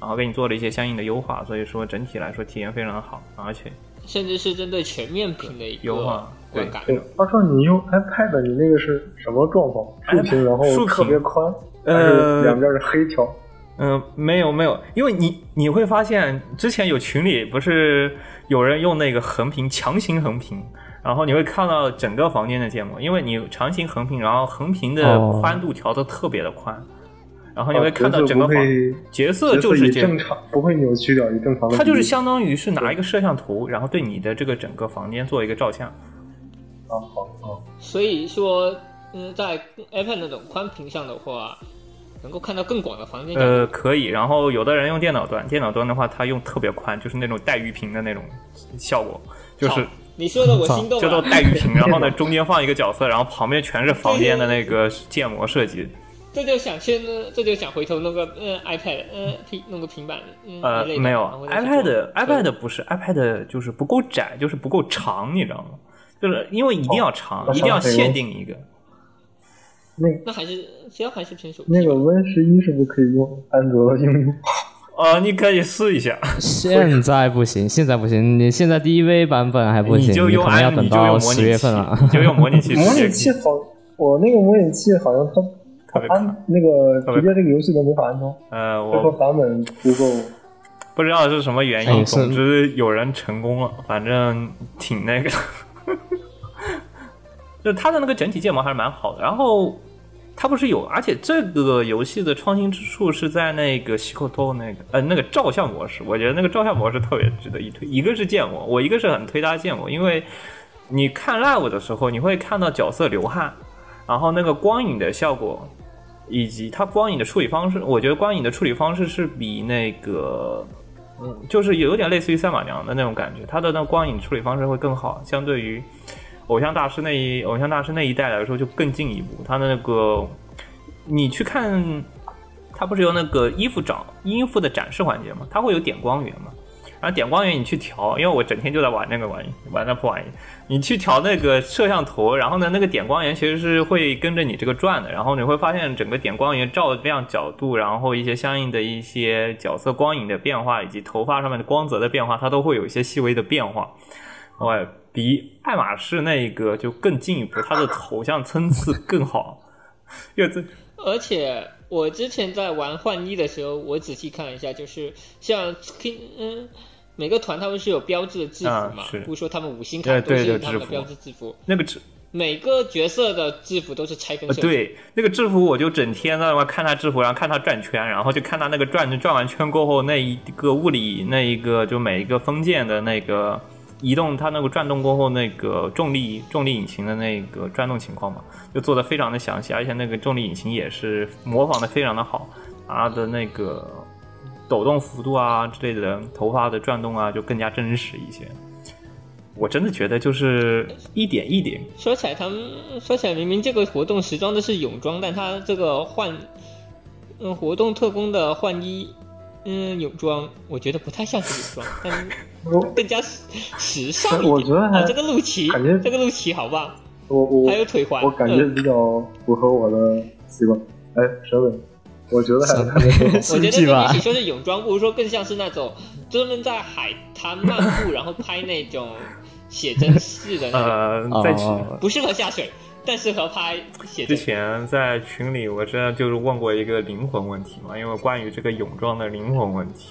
然后给你做了一些相应的优化，所以说整体来说体验非常好，而且
甚至是针对全面屏的一个
优化对
观感。
对，话说你用 iPad，你那个是什么状况？竖屏，然后
哎竖屏
特别宽，
呃
还是两边是黑条？
嗯、没有没有，因为你你会发现，之前有群里不是有人用那个横屏强行横屏，然后你会看到整个房间的建模，因为你强行横屏，然后横屏的
哦
宽度调的特别的宽，然后
啊
你会看到整个房、角色
角
就
色
是
以
这样
正常，不会扭曲掉，以正常的比例。
它就是相当于是拿一个摄像头，然后对你的这个整个房间做一个照相。
啊，好啊，
所以说，嗯，在 iPad 那种宽屏上的话，能够看到更广的房间感。
呃，可以。然后有的人用电脑端，电脑端的话，它用特别宽，就是那种带鱼屏的那种效果，就是
操你说的我心动
叫做
了。
带鱼屏。然后呢，中间放一个角色，然后旁边全是房间的那个建模设计。
这就想去呢，这就想回头弄个嗯 iPad，嗯平弄个平板，嗯
呃
一类，的
没有
然后再去做
，iPad iPad 不是 iPad，就是不够窄，就是不够长，你知道吗？就是因为一定要长，
哦
一定要
那上次有
限定一个。
那还是只要还是偏手机吧
那个 Win 十一是不可以用安卓应用，
呃，你可以试一下，
现在不行，现在不行，你现在 DV 版本还不行，
你就用
可能要
安，
等
你就用
到
模
十
拟
月
器
份了，。
你就用模拟器直
模
接
拟器好，我那个模拟器好像
特
它
别
安那个
特别
直接这个游戏都没法安装，
呃，
包括
我
版本不够。
不知道是什么原
哎
因，
是
总之有人成功了，反正挺那个的。 就它的那个整体建模还是蛮好的，然后它不是有，而且这个游戏的创新之处是在那个西口透那个呃那个照相模式，我觉得那个照相模式特别值得一推。一个是建模，我一个是很推它建模，因为你看 live 的时候，你会看到角色流汗，然后那个光影的效果，以及它光影的处理方式，我觉得光影的处理方式是比那个。嗯，就是有点类似于赛马娘的那种感觉，它的那个光影处理方式会更好，相对于偶像大师那一偶像大师那一代来说就更进一步，他的那个你去看，他不是有那个衣服展衣服的展示环节吗？它会有点光源嘛，然后点光源你去调，因为我整天就在玩那个玩意，玩那破玩意，你去调那个摄像头，然后呢，那个点光源其实是会跟着你这个转的，然后你会发现整个点光源照亮角度，然后一些相应的一些角色光影的变化，以及头发上面的光泽的变化，它都会有一些细微的变化。我比爱马仕那一个就更进一步，它的头像参差更好。因为这
而且我之前在玩幻一的时候，我仔细看了一下，就是像 King，嗯，每个团他们是有标志的制服
啊
嘛，
是
不是说他们五星卡
对
都
对
是
有
他们的
制服
标志制服，
那个制、
每个角色的制服都是拆分
呃
设计。，
对那个制服，我就整天在那边看他制服，然后看他转圈，然后就看他那个转转完圈过后那一个物理那一个就每一个封建的那个移动，它那个转动过后那个重力重力引擎的那个转动情况嘛，就做的非常的详细，而且那个重力引擎也是模仿的非常的好，它的那个抖动幅度啊之类的，头发的转动啊就更加真实一些。我真的觉得就是一点一点
说起来他们说起来明明这个活动时装的是泳装，但他这个换，嗯，活动特工的换衣。嗯，泳装我觉得不太像是泳装， 但
我
更加时时尚一点。
我觉得还
啊这个陆琪
感觉，
这个陆琪好棒，
我我
还有腿环。
我感觉
嗯
比较符合我的习惯。哎，沈伟，我觉得还是
呃我
心
觉得
计吧
比起说是泳装，不如说更像是那种专门在海滩漫步，然后拍那种写真式的那 种，
呃，在去。
哦
不适合下水，但适合拍写
之
真。
前在群里，我这就是问过一个灵魂问题嘛，因为关于这个泳装的灵魂问题，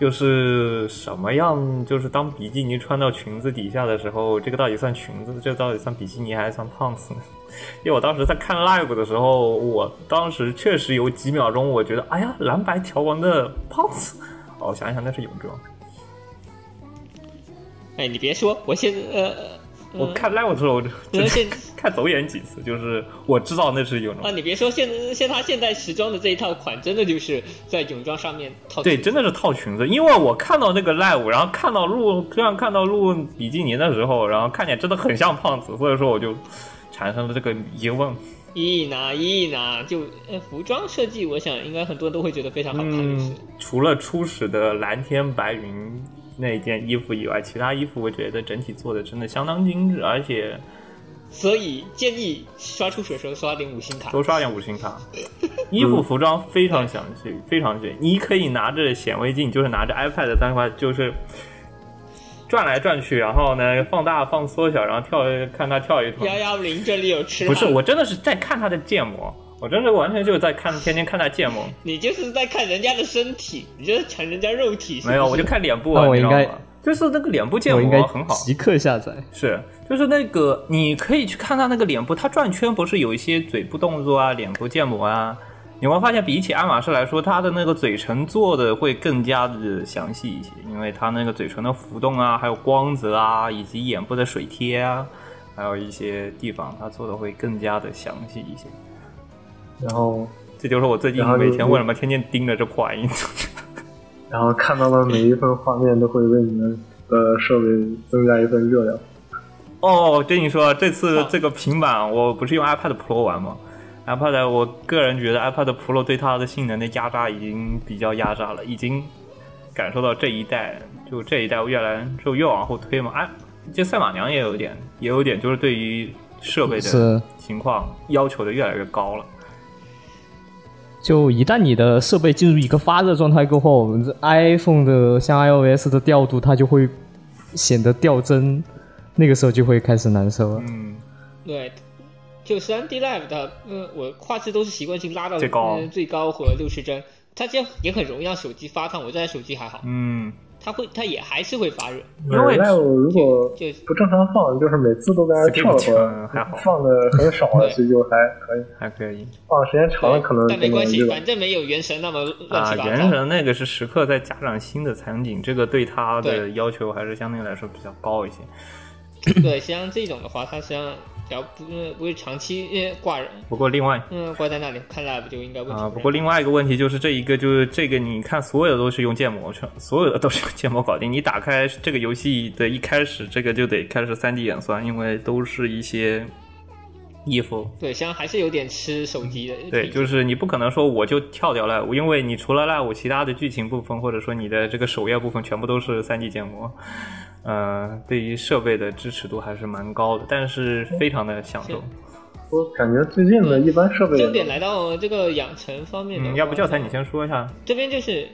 就是什么样，就是当比基尼穿到裙子底下的时候，这个到底算裙子，这个到底算比基尼还是算胖子呢？ 因为我当时在看 live 的时候，我当时确实有几秒钟，我觉得，哎呀，蓝白条纹的胖子，哦，我想一想，那是泳装。
哎，你别说，我现在呃，
我看 live 的时候，我就
而
真
且
的 看走眼几次，就是我知道那是泳装
啊，，你别说，现现他现在时装的这一套款，真的就是在泳装上面套。
对，真的是套裙子，因为我看到那个 live，然后看到录，这样看到录比基尼的时候，然后看起来真的很像胖子，所以说我就产生了这个疑问。
一拿一拿，就呃服装设计，我想应该很多人都会觉得非常好看，就是
嗯，除了初始的蓝天白云那件衣服以外，其他衣服我觉得整体做的真的相当精致，而且
所以建议刷出水的时候刷点五星卡。
多刷点五星 卡。衣服服装非常详细，非常细。你可以拿着显微镜，就是拿着 iPad 的单块，就是转来转去，然后呢放大放缩小，然后跳看他跳一通。
幺幺零这里有吃
不是，
哈
我真的是在看他的建模，我真的完全就是在看，天天看他建模。
你就是在看人家的身体，你就是抢人家肉体。是不是
没 有，我就看脸部
那
啊，
我
你知
应
道
该
吗？就是那个脸部建
我应该
模很好，
即刻下载。
是，就是那个，你可以去看他那个脸部，他转圈不是有一些嘴部动作啊、脸部建模啊，你会发现比起爱马仕来说，他的那个嘴唇做的会更加的详细一些，因为他那个嘴唇的浮动啊，还有光泽啊，以及眼部的水贴啊，还有一些地方，他做的会更加的详细一些。
然后
这就是我最近
然后就
每天
是
为什么天天盯着这破玩意。
然后看到的每一份画面都会为你们的设备增加一份热量。
哦，跟你说，这次
啊
这个平板我不是用 iPad Pro 玩吗？iPad，我个人觉得 iPad Pro 对它的性能的压榨已经比较压榨了，已经感受到这一代就这一代越来就越往后推嘛。哎，这赛马娘也有一点，也有一点就是对于设备
是
的情况要求的越来越高了。
就一旦你的设备进入一个发热状态过后这，iPhone 的像 iOS 的调度，它就会显得掉帧，那个时候就会开始难受了。
嗯，
对，就3 D Live 的，嗯，我画质都是习惯性拉到
最高
嗯最高和六十帧，它这样也很容易让手机发烫。我这台手机还好，
嗯，
它会它也还是会发热，
因为
那我如果
就
不正常放，就是每次都在那跳一会
Skip 还好
儿， 放的很少了，
对
所以就还可以。
还可以
放时间长了，可能
但没
就
关系，
这个
反正没有原神那么乱
啊。
七八糟。
原神那个是时刻在加上新的场景，这个对它的
对
要求还是相对来说比较高一些。
对，像这种的话，它实际上只要不呃不是长期呃挂人，
不过另外
嗯，挂在那里看 live 就应该问题
啊，
大
不过另外一个问题就是这一个就是这个，你看所有的都是用建模，全所有的都是用建模搞定。你打开这个游戏的一开始，这个就得开始3 D 演算，因为都是一些衣服。
对，实际上还是有点吃手机的。
对，嗯就是你不可能说我就跳掉赖舞，因为你除了赖舞，其他的剧情部分或者说你的这个首页部分全部都是3 D 建模。呃，对于设备的支持度还是蛮高的，但是
嗯
非常的享受。
我感觉最近的一般设备，
重点来到这个养成方面的话，
嗯，要不教材你先说一下。
这边就是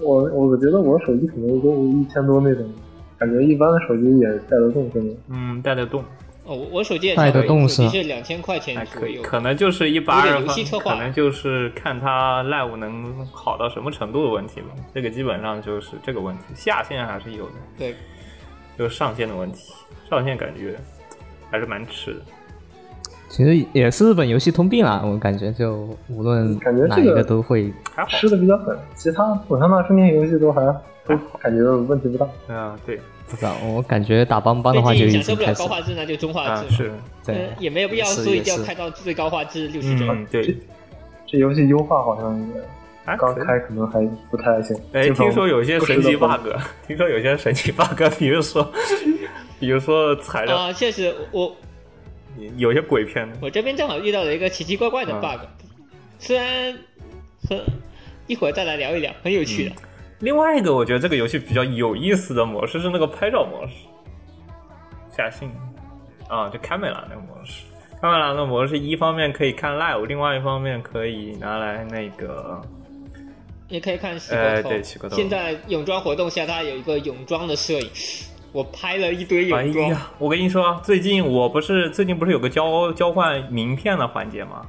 我我觉得我手机可能也就一千多那种，感觉一般的手机也带得动，真的。
嗯，带得动。
哦，我我手机也
带
差
得
不多
动
手机
是
是两千块钱
还
左
哎可以，
右，
可能就是一般
有
二
点游戏策划
可能就是看他 live 能好到什么程度的问题吧。这个基本上就是这个问题，下限还是有的，
对，
就是上限的问题。上限感觉还是蛮吃的。
其实也是日本游戏通病啦，我感觉就无论
感觉这个
哪一个都会。
还好，
吃的比较狠，其他我上那充电游戏都还都感觉问题不大。
嗯、对，
不知道，我感觉打邦邦的话
毕
就
竟
已
享受
经
不了
开始
高，画质，那就中画
啊
质、嘛。
是，
对
嗯，也没有必要，
也是
所以
也
就要
是
开到最高画质六十帧。
嗯对，
这游戏优化好像也
还
刚
可以。
开可能还不太行。
啊哎，
经常
听说有些神奇
不是的
bug，听 说有些神奇 bug，比如说，比如说材料，
啊、确实，我
有些鬼片的，
我这边正好遇到了一个奇奇怪怪的
嗯
bug，、虽然很一会儿再来聊一聊，很有趣的。
嗯另外一个，我觉得这个游戏比较有意思的模式是那个拍照模式，下信啊，就卡梅拉那个模式。卡梅拉那个模式，一方面可以看 live，另外一方面可以拿来那个
也可以看洗
呃
锅头。
对洗锅头
现在泳装活动下，它有一个泳装的摄影，我拍了一堆
哎
泳装。
呀，我跟你说，最近我不是最近不是有个交交换名片的环节吗？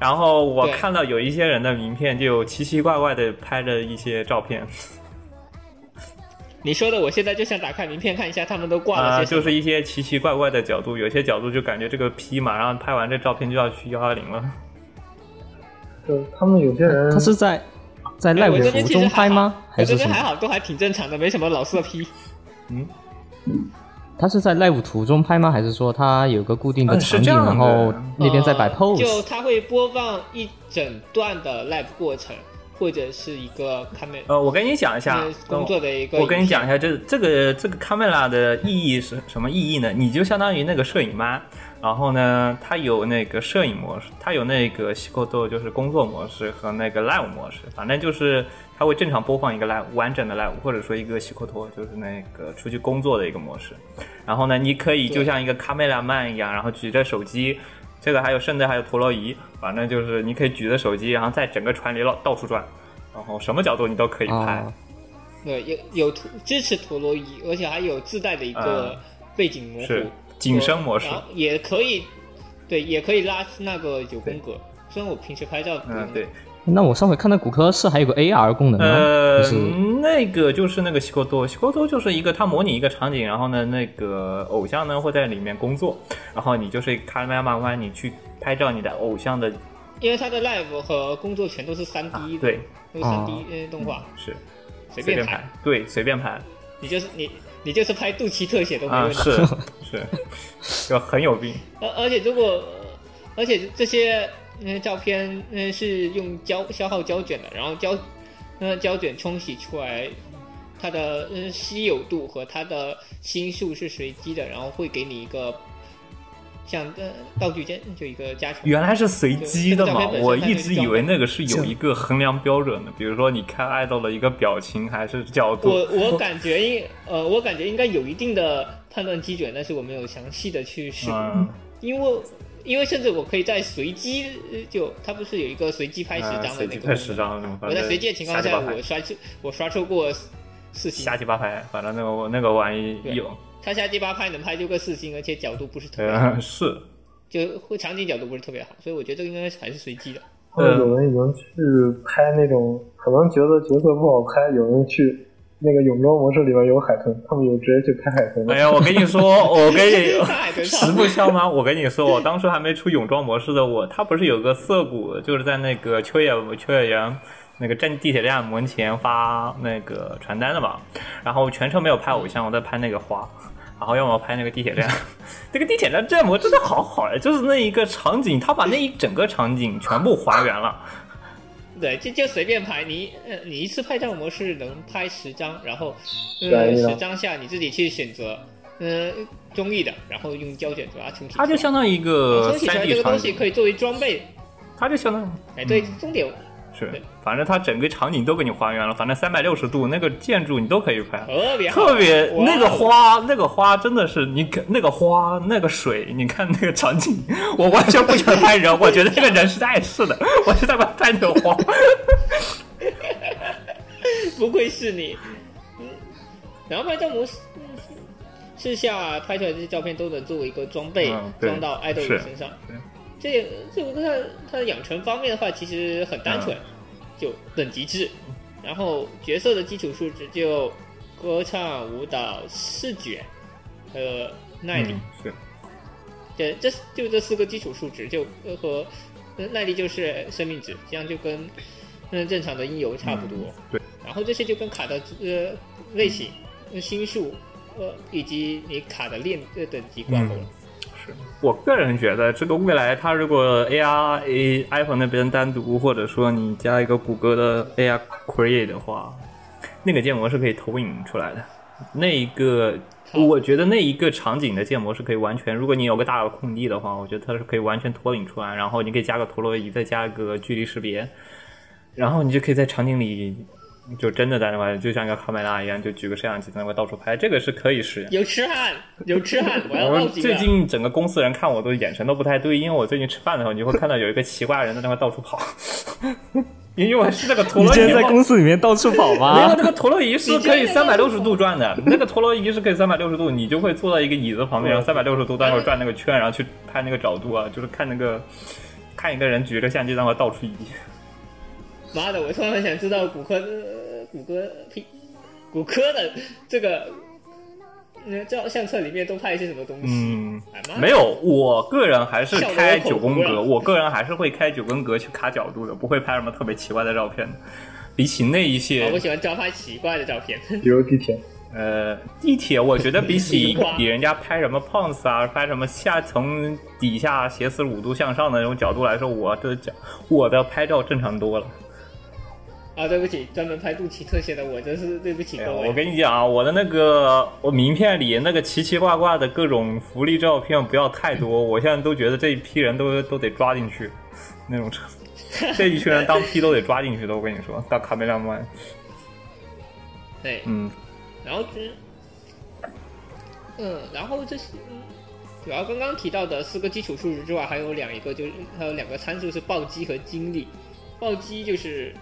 然后我
对
看到有一些人的名片就奇奇怪怪的拍着一些照片，
你说的，我现在就想打开名片看一下他们都挂
啊、
了些什
就
么。
是一些奇奇怪怪的角度，有些角度就感觉这个 P 马上拍完这照片就要去幺幺零了。
就他们有些人
他是在在赖
哎
舞
我这边
服
其实
中
还
拍
好
吗？
我
还
这
是什
边还
么？
好，都还挺正常的，没什么老色批。
他是在赖舞图中拍吗？还是说他有个固定的
嗯是
场景，
这样的
然后那边在摆
呃
pose？
就它会播放一整段的 live 过程，或者是一个 camera、
呃，我跟你讲一下
呃，工作的一个。
我跟你讲一，下，这这个这个 camera 的意义是什么意义呢？你就相当于那个摄影妈，然后呢，它有那个摄影模式，它有那个西扣豆就是工作模式和那个 live 模式，反正就是它会正常播放一个 live 完整的 live，或者说一个西扣托就是那个出去工作的一个模式。然后呢，你可以就像一个 camera man 一样，然后举着手机。这个还有，甚至还有陀螺仪，反正就是你可以举着手机，然后在整个船里到到处转，然后什么角度你都可以拍。
啊
对，有有图支持陀螺仪，而且还有自带的一个背景模糊，
啊
啊
是景深模式
然，后也可以，对，也可以拉那个九宫格。虽然我平时拍照不用，
嗯，对，
那我上回看到骨科是还有个 AR 功能吗？
呃
嗯就是，
那个就是那个西沟多，西沟多就是一个它模拟一个场景，然后呢，那个偶像呢会在里面工作，然后你就是咔啦慢慢你去拍照你的偶像的，
因为它的 live 和工作全都是三 D 的、
啊对，
都是三 D 呃动画，
是
随
便
便
拍，对，随便拍
你就是你你就是拍肚脐特写都没
啊，
问题。
是是，就很有病，
而而且如果，而且这些嗯、照片嗯、是用胶消耗胶卷的，然后胶嗯、胶卷冲洗出来，它的嗯、稀有度和它的星数是随机的，然后会给你一个像呃道具间就一个加成。
原来是随机的嘛
对这个照片，本身
我一直以为那个是有一个衡量标准的，比如说你看爱豆的一个表情还是角度
我，我感觉应呃我感觉应该有一定的判断基准，但是我没有详细的去试，
嗯，
因为。因为甚至我可以在随机，呃就它不是有一个随机拍十张
啊
的那
随机
个功能
拍十张，反正
我在随机的情况
瞎
下，
鸡巴拍
我刷出我刷出过四星
瞎，鸡巴拍，反正那个那个玩意
对
有，
他下第八拍能拍出个四星，而且角度不是特
对
别好，
啊，是，
就会场景角度不是特别好，所以我觉得这个应该还是随 机的。
或
嗯
者有人已经去拍那种，可能觉得角色不好拍，有人去那个泳装模式里面有海豚，他们有直接去拍海豚的
哎。呀，我跟你说， 我跟
大海
你
豚
实
汤
不相瞒，我跟你说，我当初还没出泳装模式的我，他不是有个涩谷，就是在那个秋叶秋叶原那个站地铁站门前发那个传单的嘛，然后全程没有拍偶像，我在拍那个花。然后要么拍那个地铁站， 这个地铁站建模真的好好呀，就是那一个场景，他把那一整个场景全部还原了。
对，就就随便拍，你呃你一次拍照模式能拍十张，然后
来
呃
一张
十张下你自己去选择，呃中意的，然后用胶卷把它冲洗出来。
它就相当于一个
冲洗出
三
来这
D
个
场
东西
景嗯
可，以作为装备。
它就相当于
哎，对，重点
是
对，
反正它整个场景都给你还原了，反正三百六十度那个建筑你都可以拍，
特别好
特别
哦哇哦
那个花，那个花真的是你看那个花那个水，你看那个场景，我完全不想拍人，我觉得这个人是碍事的，我是在拍那个花，
不愧是你。嗯，然后拍照模式嗯是下拍出来这些照片都能作为一个装备、
嗯对
装到爱豆
是
的身上
对。
这也这个它它的养成方面的话，其实很单
嗯
纯，就等级制，然后角色的基础数值就歌唱、舞蹈、视觉和耐力。
嗯是
对，这就这四个基础数值就呃和呃耐力就是生命值，这样就跟嗯正常的音游差不多。
嗯对，
然后这些就跟卡的呃类型、呃星数呃以及你卡的练呃等级挂
嗯
钩了。
我个人觉得，这个未来它如果 AR A iPhone 那边单独，或者说你加一个谷歌的 AR Create 的话，那个建模是可以投影出来的。那一个，
好
我觉得那一个场景的建模是可以完全，如果你有个大的空地的话，我觉得它是可以完全投影出来，然后你可以加个陀螺仪，再加个距离识别，然后你就可以在场景里。就真的在那块，就像一个卡梅拉一样，就举个摄像机在那块到处拍，这个是可以实现的。
有痴汉，有痴汉，我要
我
报
们
警啊
最
了。
近整个公司人看我都眼神都不太对，因为我最近吃饭的时候，你会看到有一个奇怪的人在那块到处跑， 因为我是那个陀
你
螺
今
仪
天在
嘛。
公司里啊面到处跑
没有
吗？
那个陀螺仪是可以
你居然在
三
那
百
儿
六十度转的，那个陀螺仪是可以三百六十度，你就会坐在一个椅子旁
嗯
边，然后三百六十度在那块转那个圈，然后去拍那个角度啊，就是看那个看一个人举着相机在那块到处移。
妈的，我突然很想知道骨科、呃、骨科屁骨科的这个那照相册里面都拍一些什么东西？
嗯，
哎妈的
没有，我个人还是
笑得
开
我口
九宫
服
格，
了
我个人还是会开九宫格去卡角度的，不会拍什么特别奇怪的照片的。比起那一些，
啊我喜欢抓拍奇怪的照片。
比如 地铁，
呃，地铁我觉得比起
哇
比人家拍什么 pose 啊，拍什么下从底下斜四十五度向上的那种角度来说，我的角我的拍照正常多了。
啊，对不起，专门拍肚脐特写的我，真是对不起
哎
各
呀，
位。
我跟你讲啊，我的那个我名片里那个奇奇怪怪的各种福利照片不要太多，我现在都觉得这一批人都都得抓进去，那种程度这一群人当批都得抓进去的，我跟你说，当卡梅拉曼，
对，
嗯，
然后就是，嗯，然后这是嗯主要刚刚提到的四个基础数值之外，还有两一个就是还有两个参数是暴击和精力，暴击就是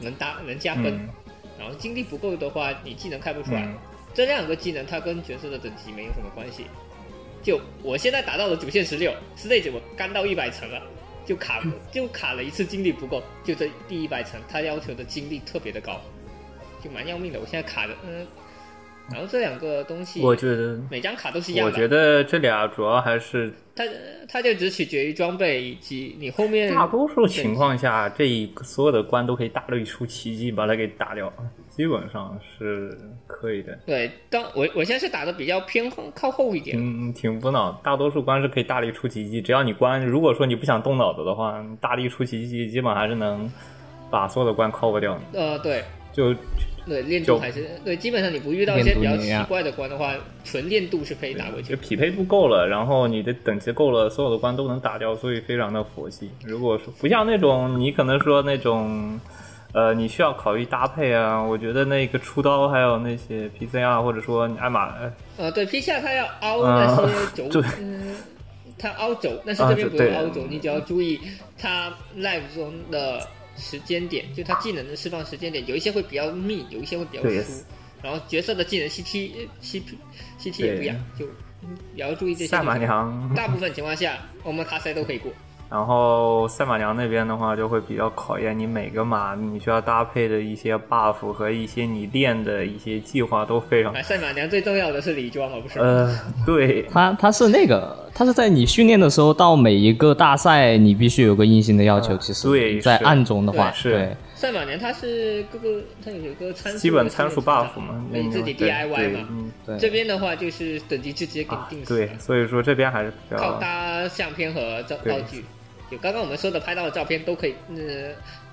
能打能加分，
嗯
然后精力不够的话，你技能开不出来。
嗯
这两个技能它跟角色的等级没有什么关系。就我现在达到了主线十六，stage 我干到一百层了，就卡
嗯
就卡了一次精力不够，就这第一百层，它要求的精力特别的高，就蛮要命的。我现在卡的，嗯，然后这两个东西，
我觉得，
每张卡都是一样
我
的，
觉得这俩主要还是
它它就只取决于装备以及你后面
大多数情况下，这一个所有的关都可以大力出奇迹把它给打掉，基本上是可以的。
对，当我我现在是打的比较偏后靠后一点，
嗯，挺无脑，大多数关是可以大力出奇迹，只要你关，如果说你不想动脑子的话，你大力出奇迹基本还是能把所有的关 cover 掉。
呃，对
就
对，练
就
度还是对，基本上你不遇到一些比较
练度
奇
碾压
怪的关的话，纯练度是可以打过去
就
的。
匹配度够了，然后你的等级够了，所有的关都能打掉，所以非常的佛系。如果说不像那种你可能说那种，呃，你需要考虑搭配啊，我觉得那个出刀还有那些 PCR 或者说你艾玛，呃
呃，对，P 下他要凹
啊
那些轴，
对
嗯，他凹轴，但是
啊
这边不用
对
凹轴，你只要注意他 live 中的时间点，就他技能的释放时间点，有一些会比较密，有一些会比较
对
疏，然后角色的技能 CT、CP、CT 也不一样，就嗯也要注意这些。
赛马。娘，
大部分情况下，我们卡塞都可以过。
然后赛马娘那边的话就会比较考验你每个马你需要搭配的一些 buff 和一些你练的一些计划都非常
啊，，赛马娘最重要的是礼装，而不是。
呃，对，
他他是那个，他是在你训练的时候，到每一个大赛你必须有个硬性的要求。
嗯
其实，
对
在
是
暗中的话，
对是
对
赛马娘它是各个它有一个参数，
基本参数 buff 嘛，
可以自己
对
DIY
对
嘛。
嗯
对
这边的话就是等级直接给你
啊
定死
对
了，，
所以说这边还是比较
靠搭相片和照
对
道具，就刚刚我们说的拍到的照片都可以，嗯，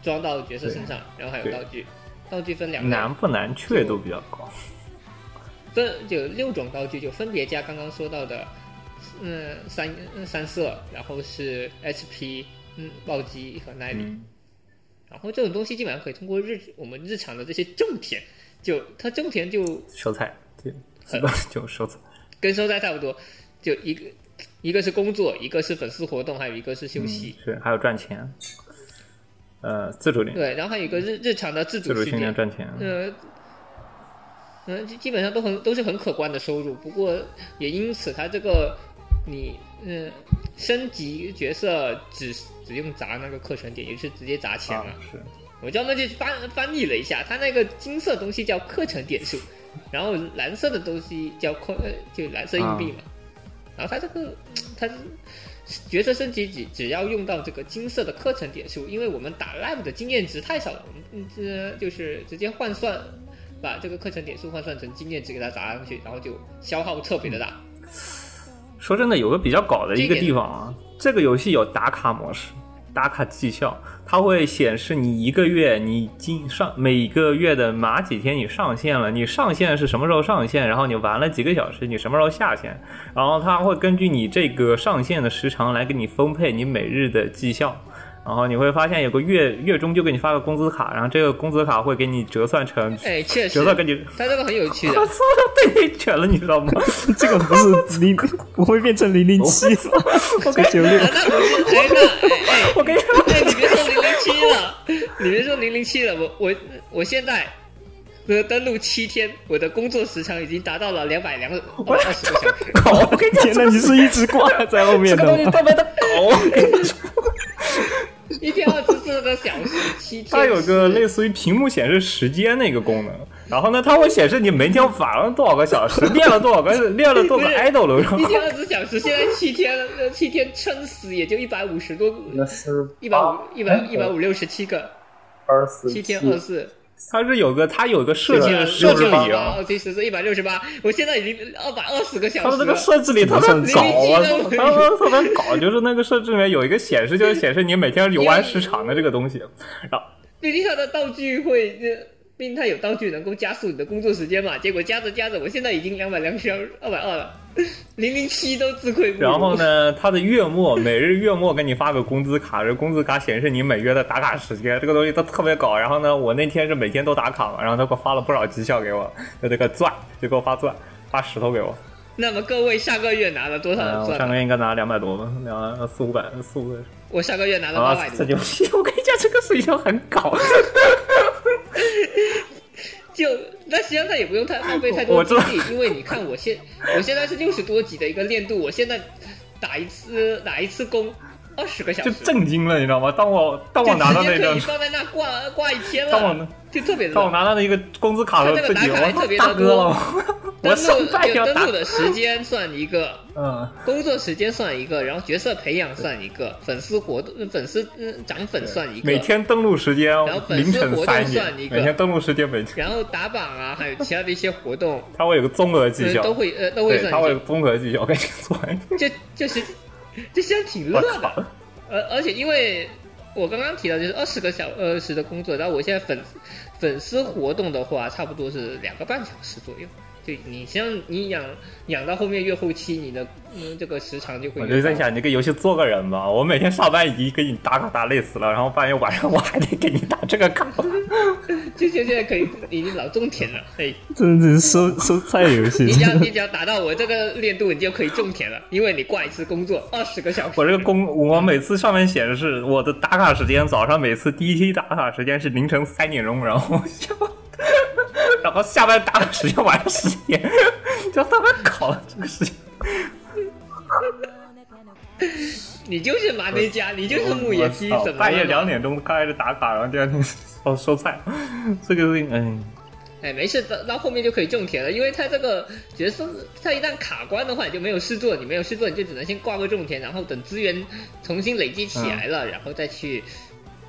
装到角色身上，然后还有
对
道具，道具分两
难
类，
不难确度比较高。
分就六种道具，就分别加刚刚说到的，嗯，三嗯三色，然后是 HP，嗯，暴击和耐力。
嗯
然后这种东西基本上可以通过日我们日常的这些种田，就它种田就
收菜，对，基本上就收菜。
跟收菜差不多，就一个一个是工作，一个是粉丝活动，还有一个是休息。
嗯是，还有赚钱。呃，自主练，
对，然后还有一个日日常的自
自主
主
训
训
练
练，
赚钱。啊
呃，嗯，基基本上都很都是很可观的收入。不过也因此，它这个你嗯升级角色只只用砸那个课程点，也就是直接砸钱
啊
了。，
是
我专门去翻翻译了一下，它那个金色东西叫课程点数，然后蓝色的东西叫宽，呃就蓝色硬币嘛。然后它这个，它角色升级只只要用到这个金色的课程点数，因为我们打 live 的经验值太少了，我们这就是直接换算，把这个课程点数换算成经验值给它砸上去，然后就消耗特别的大。
说真的，有个比较搞的一个地方啊，这个游戏有打卡模式，打卡绩效，它会显示你一个月你进上每个月的哪几天你上线了，你上线是什么时候上线，然后你玩了几个小时，你什么时候下线，然后它会根据你这个上线的时长来给你分配你每日的绩效。然后你会发现有个月月中就给你发个工资卡，然后这个工资卡会给你折算成
哎，确实
折，算给 你，
它这个很有趣的
我。操，被你卷了，你知道吗？
这个不是 零，我会变成零零七， 九六
啊，那不是，哎，那哎哎，
我跟你说，
哎，你别说零零七了，你别说零零七了，我我我现在呃登录七天，我的工作时长已经达到了两百两二十个小时。
我跟你讲，
天呐，你是一直挂在后面
这个东西
的。
特别的搞，
一天二十四个小时，七天。
它有个类似于屏幕显示时间那个功能。然后呢，它会显示你每天玩了多少个小时，练了多少个，练了多少个 idol，然后
一天二十小时，现在七天了，呃七天撑死也就一百五十多，
那是哎
一百五一百一百五六十七个，
二十
七天二十四，
它是有个它有个设计的设
六
置
十
里
八
啊，，
其实是一百六十八，我现在已经二百二十个小时
它
了。
的这个设置里特别搞啊，
007
它们特别搞，就是那个设置里面有一个显示，就是显示你每天游玩时长的这个东西。然后
毕竟它的道具会，呃毕竟它有道具能够加速你的工作时间嘛。结果加着加着，我现在已经两百两十二二百二了， 零零七都自愧不如。
然后？呢，它的月末每日月末给你发个工资卡，这工资卡显示你每月的打卡时间，这个东西它特别搞。然后呢，我那天是每天都打卡嘛，然后他给我发了不少绩效给我，就这个钻，就给我发钻，发石头给我。
那么各位下个月拿了多少
嗯，
的
我
钻？
上个月应该拿两百多吧，两四五百，四五百。
我下个月拿了
啊
八百，
这
多。
游戏我跟你讲，这个水箱很搞。
就那实际上他也不用太浪费太
我
多
知
精
道
力，因为你看我现我现在是六十多级的一个练度，我现在打一次打一次工二十个小
就
时，
震惊了，你知道吗？当我当
就
我拿到
直
那
接可
张
以，放在那挂挂一天
当我
了，就特别的
当我
浪。
拿到那个工资卡的自己，
他那个打卡还特
我
别
大
的
哥
多
了，我
登
我上
录
班也
有
要
登
打
录，的时间算一个，
嗯，
工作时间算一个，然后角色培养算一个，粉丝活动、粉丝嗯涨粉算一个，
每天登录时间
后粉
凌
丝
晨
活动
三点
算一，个
每天登录时间每天，
然后打榜啊，还有其他的一些活动，
它会有个综合绩效
呃，都会呃都会
对，
算
它会有
一
个综合绩效，我跟你说，
个，就就是就现在挺
我
乐的，
靠，
而而且因为我刚刚提到就是二十个小呃时的工作，然后我现在粉粉丝活动的话，差不多是两个半小时左右。就你像你养养到后面越后期，你的嗯这个时长就会
我
越
就在
高
想，你给游戏做个人吧，我每天上班已经给你打卡打累死了，然后半夜晚上我还得给你打这个 卡，
就就现在可以已经老种田了，哎，
真的是收收菜游戏
你只要你只要达到我这个练度，你就可以种田了，因为你挂一次工作二十个小时。
我这个工，我每次上面显示我的打卡时间，早上每次第一期打卡时间是凌晨三点钟，然后 下，然后下班打卡时间晚上十点，就他们搞了这个事情。
你就是马内加，你就是牧野鸡，
我操
怎么
半夜
了
两？点钟开始打卡，然后第二天 收收菜，这个事情，哎，
哎，没事，到到后面就可以种田了，因为他这个角色，他一旦卡关的话，你就没有事做，你没有事做，你就只能先挂个种田，然后等资源重新累积起来了，然后再去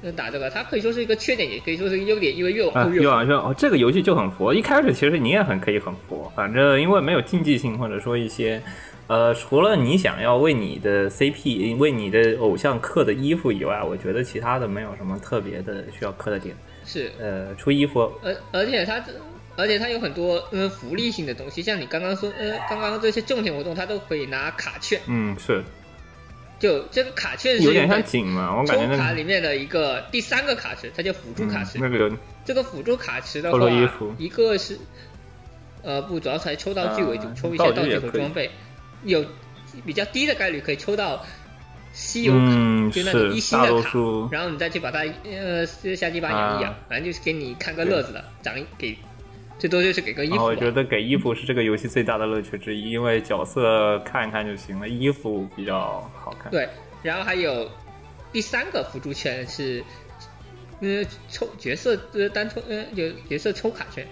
呃打这个。它可以说是一个缺点，也可以说是一个优点，因为越往
啊
后，越
又
好。
好像哦，这个游戏就很佛。一开始其实你也很可以很佛，反正因为没有竞技性，或者说一些，呃，除了你想要为你的 CP、为你的偶像刻的衣服以外，我觉得其他的没有什么特别的需要刻的点。
是
呃，出衣服，
而而且它这，而且它有很多嗯福利性的东西，像你刚刚说，呃，刚刚这些种田活动，它都可以拿卡券，
嗯，是
就这个卡券是
有点像
一个
景嘛，我感觉
抽卡
那个
里面的一个第三个卡池，它叫辅助
嗯
卡池。
那个
这个辅助卡池的
透
话
露衣服，
一个是呃不，主要是还抽道具为主，
啊
抽一些
道
道
具也
具和
可以
装备，有比较低的概率可以抽到稀有卡，
嗯，
就那种一
是
星
大
的
多
卡。
数
然后你再去把它呃下鸡巴养一养，
啊
反正就是给你看个乐子的，长一给最多就是给个衣
啊
服
我
吧
觉。得给衣服是这个游戏最大的乐趣之一，因为角色看一看就行了，衣服比较好看。
对，然后还有第三个辅助圈是，呃，抽角色呃单抽呃有角色抽卡圈，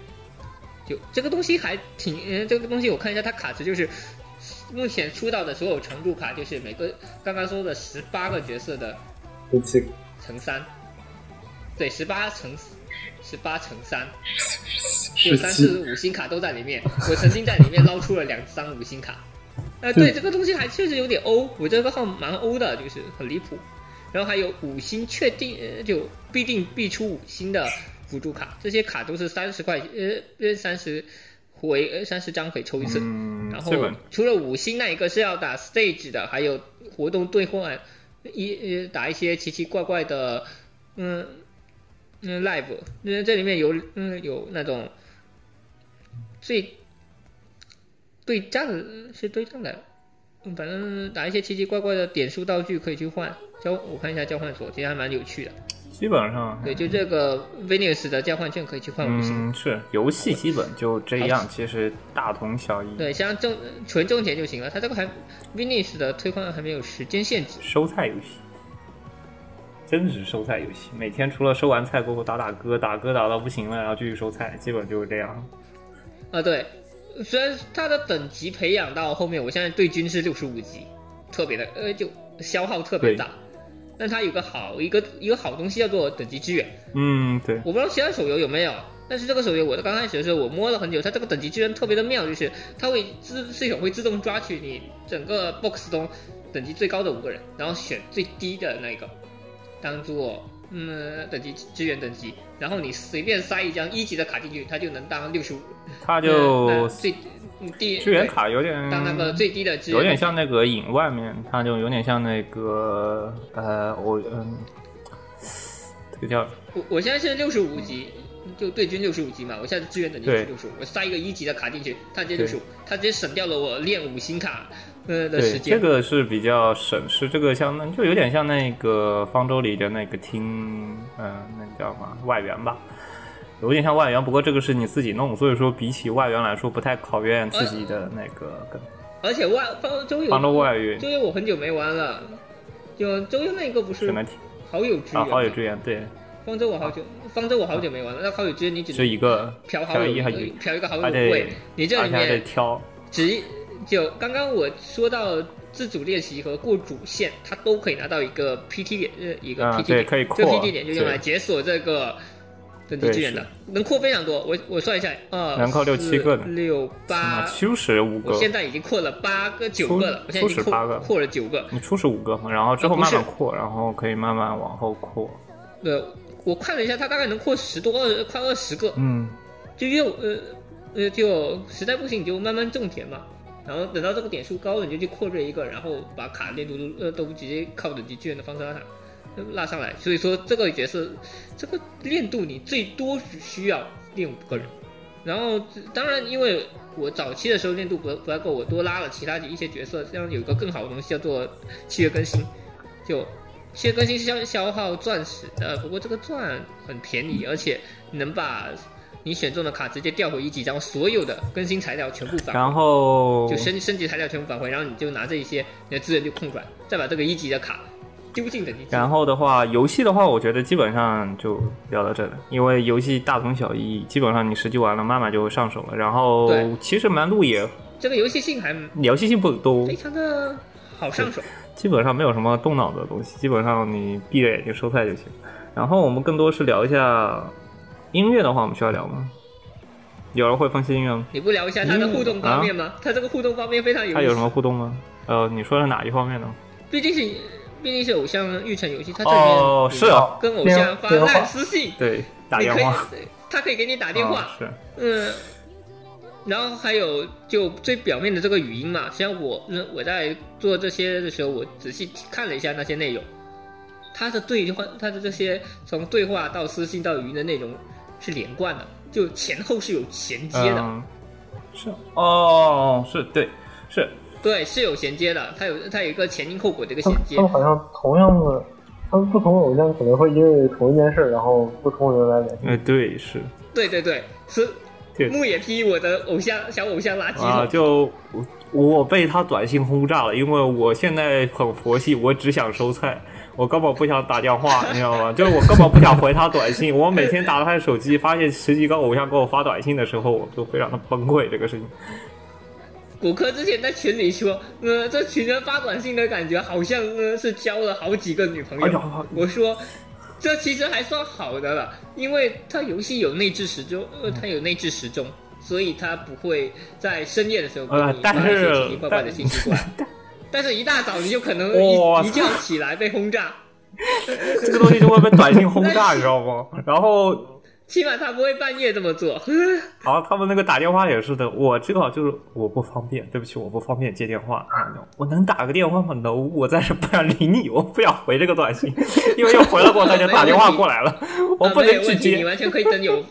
就这个东西还挺呃这个东西我看一下它卡池就是目前出到的所有常驻卡就是每个刚刚说的十八个角色的
不起，
乘三，对，十八乘十八乘三，有
十
三
七
四五星卡都在里面。我曾经在里面捞出了两张五星卡。呃，对，这个东西还确实有点欧，我这个号蛮欧的，就是很离谱。然后还有五星确定，呃就必定必出五星的辅助卡，这些卡都是三十块，呃，三十回呃三十张可以抽一次。
嗯，
然后
这个
除了五星那一个是要打 stage 的，还有活动兑换，一呃打一些奇奇怪怪的，嗯嗯 live，那这里面有嗯有那种最对战是对战的，嗯反正打一些奇奇怪怪的点数道具可以去换交，我看一下交换所，其实还蛮有趣的。
基本上
对，就这个 Venus 的交换券可以去换五星。
嗯，是游戏基本就这样，其实大同小异。
对，像种纯种田就行了。它这个还 Venus 的推换还没有时间限制，
收菜游戏，真的是收菜游戏。每天除了收完菜过后打打歌，打歌打到不行了，然后继续收菜，基本就是这样。
啊，对，虽然他的等级培养到后面，我现在对军是六十五级，特别的呃，就消耗特别大。但它有个好一个一个好东西叫做等级支援，
嗯，对，
我不知道其他手游有没有，但是这个手游我刚开始的时候我摸了很久，它这个等级支援特别的妙，就是它会自系统会自动抓取你整个 box 中等级最高的五个人，然后选最低的那一个当做嗯等级支援等级，然后你随便塞一张一级的卡进去，它就能当六十五
它就
呃最嗯第
支援卡有点
对当那个最低的支援，
有点像那个影外面，它就有点像那个呃，我嗯，这个叫
我我现在是六十五级，就对军六十五级嘛，我现在支援等级
对
是六十五，我塞一个一级的卡进去，他直接
对
六十五，他直接省掉了我练五星卡呃的
对，
时间。
这个是比较省事，这个像那就有点呃像那个方舟里的那个厅，嗯、那叫什么外援吧。有点像外援，不过这个是你自己弄，所以说比起外援来说，不太考验自己的那个跟
而且外方周游
帮着外援
周游我很久没玩了，就周游那个不是
选择题
好友之
啊，
源，
好友之源，对，
方舟我好久方舟我好久没玩了，那好友之源你只
就
能
一个
嫖好
漂移
友
还
呃
有，
嫖一个好友
还得
会，你这
而
里
且还得
面
挑，
只就刚刚我说到自主练习和过主线，它都可以拿到一个 PT 点，呃，一个
啊
PT
对
点，
可以扩
这个 PT 点就用来
对
解锁这个等级
对
资源的
是，
能扩非常多。我我算一下，二
能扩六
四
七个呢
六八。
初始五
啊我
个，
现在已经扩了八个九
初
个了，我现在已
初
经
始八个
扩扩了九个。
你初始五个嘛，然后之后
啊不
慢
是
慢扩，然后可以慢慢往后扩，
呃，我看了一下，它大概能扩十多二快二十个，
嗯，
就越呃呃就实在不行你就慢慢种田嘛，然后等到这个点数高了你就去扩瑞一个，然后把卡练度都呃都直接靠等级巨人的方式拉上呃拉上来，所以说这个角色这个练度你最多只需要练五个人，然后当然因为我早期的时候练度不不太够，我多拉了其他一些角色，这样有一个更好的东西叫做契约更新，就。契约更新是消消耗钻石的，不过这个钻很便宜，而且能把你选中的卡直接调回一级，然后所有的更新材料全部返回
然后
就升升级材料全部返回，然后你就拿这一些你的资源就空转，再把这个一级的卡丢进等级机。
然后的话，游戏的话，我觉得基本上就聊到这了，因为游戏大同小异，基本上你实际玩了，慢慢就会上手了。然后
对
其实难度也
这个游戏性还
游戏性不多
非，常的好上手，
基本上没有什么动脑的东西，基本上你闭着眼睛收菜就行。然后我们更多是聊一下音乐的话，我们需要聊吗？有人会分析音乐吗？
你不聊一下它的互动方面吗？它这个互动方面非常
嗯
有
啊它有
意
什么
思，
互动吗？呃，你说是哪一方面呢？
毕竟是毕竟是偶像育成游戏，它这里面
哦，是哦，
跟偶像发
电话
烂私信，
对，打
你
电
可以
话，，
对它可以给你打电话，
哦是。
嗯，然后还有就最表面的这个语音嘛，实际上我嗯我在做这些的时候，我仔细看了一下那些内容，它的对话，它的这些从对话到私信到语音的内容是连贯的，就前后是有衔接的，
嗯、是哦，是对，是
对，是有衔接的，它有它有一个前因后果的一个
他
衔
们
接
哦
他，们好像同样的，他们不同偶像可能会因为同一件事，然后不同人来联系。
呃，对是，
对对对，是
对
木野批我的偶像小偶像垃圾
啊，
桶，
就我我被他短信轰炸了，因为我现在很佛系，我只想收菜，我根本不想打电话，你知道吗？就是我根本不想回他短信，我每天打开手机，发现十几个偶像给我发短信的时候，我就非常的崩溃，这个事情。
骨科之前在群里说，呃，这群人发短信的感觉好像呢是交了好几个女朋友。
哎呦
我说，这其实还算好的了，因为它游戏有内置时钟，
嗯
呃，它有内置时钟，所以它不会在深夜的时候给
呃
你发
但
一些
是
奇奇怪怪的信 息过来。但是，一大早你就可能
哇
一一觉起来被轰炸，
这个东西就会被短信轰 炸，你知道吗？然后
起码他不会半夜这么做。
然后他们那个打电话也是的，我这个就是我不方便，对不起，我不方便接电话。我能打个电话吗？no，我暂时不想理你，我不想回这个短信， 因为又回了过他就打电话过来 了，我
啊
不
没有
能去
问题，你
接。
完全可以等 有，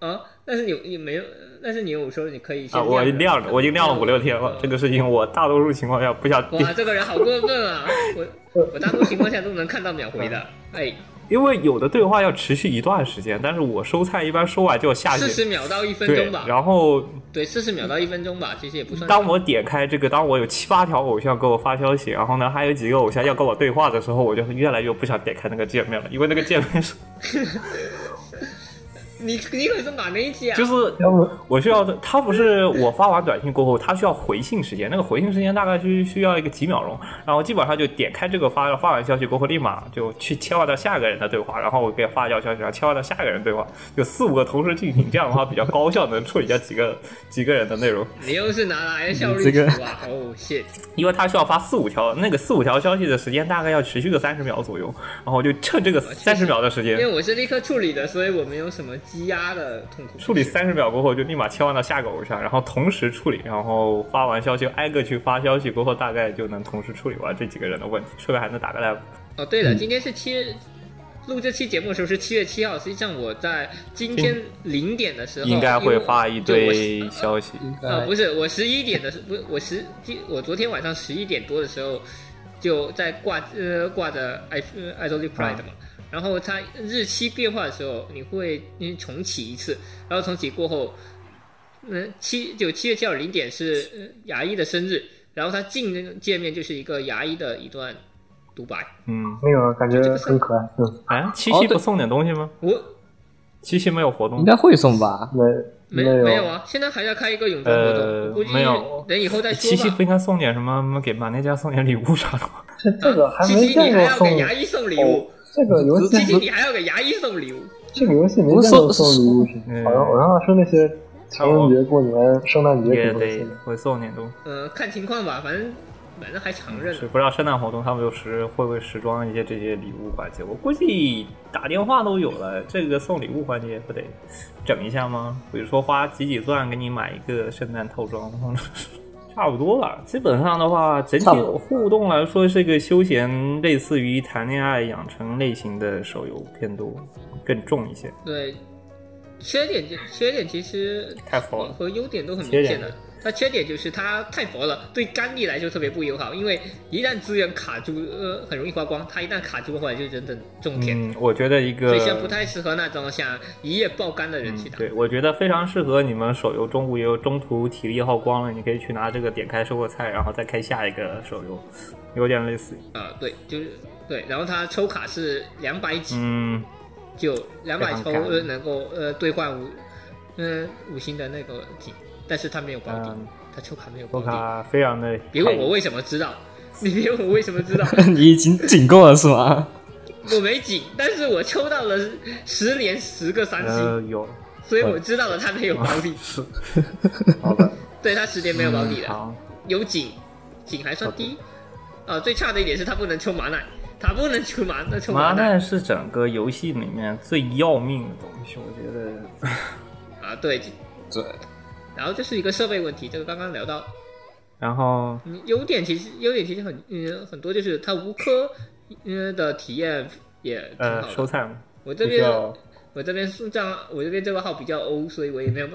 呃，啊，但是你你没有，但是你有时候你可以先
啊，我
着
晾着，我已经晾了五六天了。这个事情我大多数情况下不想
嗯哇，这个人好过分啊！我
呃
我大多情况下都能看到秒回的，哎，
因为有的对话要持续一段时间，但是我收菜一般收完就下
四
去。
十秒到一分
对
钟，吧，
然后
对，四十秒到一分钟吧，其实也不算
当
长。
我点开这个，当我有七八条偶像给我发消息，然后呢，还有几个偶像要跟我对话的时候，我就越来越不想点开那个界面了，因为那个界面是
你你可是哪能一期啊？
就是
要不
我需要的，他不是我发完短信过后，他需要回信时间，那个回信时间大概需需要一个几秒钟，然后基本上就点开这个发发完消息过后，立马就去切换到下一个人的对话，然后我给发一条消息，然后切换到下一个人对话，就四五个同时进行，这样的话比较高效，能处理掉几个几个人的内容。
你又是拿来效率
你这个
图啊？ 哦，shit！
因为他需要发四五条，那个四五条消息的时间大概要持续个三十秒左右，然后我就趁这个三十秒的时
因为
间
我是立刻处理的，所以我没有什么积压的痛苦。
处理三十秒过后，就立马切换到下个偶像，然后同时处理，然后发完消息挨个去发消息过后，大概就能同时处理完这几个人的问题，顺便还能打个 live。
哦，对
嗯
了，今天是七。录这期节目的时候是七月七号，实际上我在今天零点的时候
应该
因为
会
我
发一
就我
堆消息，
呃，不是，我十一点的时，不是我十，今我昨天晚上十一点多的时候，就在挂呃挂着爱呃爱周利 Pride 嘛，然后它日期变化的时候，你会嗯重启一次，然后重启过后，嗯七就七月七号零点是呃牙医的生日，然后它进那个界面就是一个牙医的一段独白。
嗯，
那个啊感觉很可爱，嗯，
啊，七
哦
夕
对
不送点东西吗？
我
七夕没有活动
应该会送吧？
没
没
有
没有啊，现在还在开一个泳装活动，
呃
我估计
没有
等以后再
七
说
夕
吧
不。应该送点什么？什么给马内加送点礼物啥的吗？
这这个还
七
没
夕你
见
还
过
要
送
给牙医送礼物，
这个游戏
七夕
不，
你还要给牙医送礼物，
这个游戏没见过送礼物品
嗯，
好像好像是那些情人节、过年、圣诞节
也
什么
得
的。
会送点东西。
呃，看情况吧，反正反正还常着
是
呢。
不知道圣诞活动他们有时会不会时装一些这些礼物环节？我估计打电话都有了，这个送礼物环节不得整一下吗？比如说花几几钻给你买一个圣诞套装， 差不多吧。基本上的话，整体
差不多
互动来说是个休闲，类似于谈恋爱养成类型的手游偏多，更重一些。
对，缺点就缺点其实
太佛了
和优点都很明
缺
显
点
的。它缺点就是它太佛了，对肝力来说特别不友好，因为一旦资源卡住，呃，很容易花光。它一旦卡住的话，就真的种田。
嗯，我觉得一个
所以现在不太适合那种想一夜爆肝的人去
嗯，
打。
对，我觉得非常适合你们手游中午也有中途体力耗光了，你可以去拿这个点开收获菜，然后再开下一个手游，有点类似于。
啊，对，就是对，然后它抽卡是两百几，
嗯，
就两百抽
非常赶
呃能够呃兑换五，嗯五星的那个锦，但是它没有保底
嗯，
它抽卡没有保
波
底。
卡非常的。
别问我为什么知道， 你别问我为什么知道，
你已经警过了是吗？
我没锦，但是我抽到了十连十个三
呃
星，
有，
所以我知道了它没有保 底，
好的，
对，它十连没有保底
嗯
的，
好，
有锦，锦还算低，啊，最差的一点是它不能抽马奶，它不能抽马，那抽
麻
奶。
奈是整个游戏里面最要命的东西，我觉得。
啊，对对。然后就是一个设备问题，这个刚刚聊到，
然后
嗯，优点其实优点其实很嗯很多，就是它无科嗯的体验也挺
呃，
好
收
的。
菜嘛，
我这
比
边
较
我这边是这样，我这边这个号比较欧，所以我也没有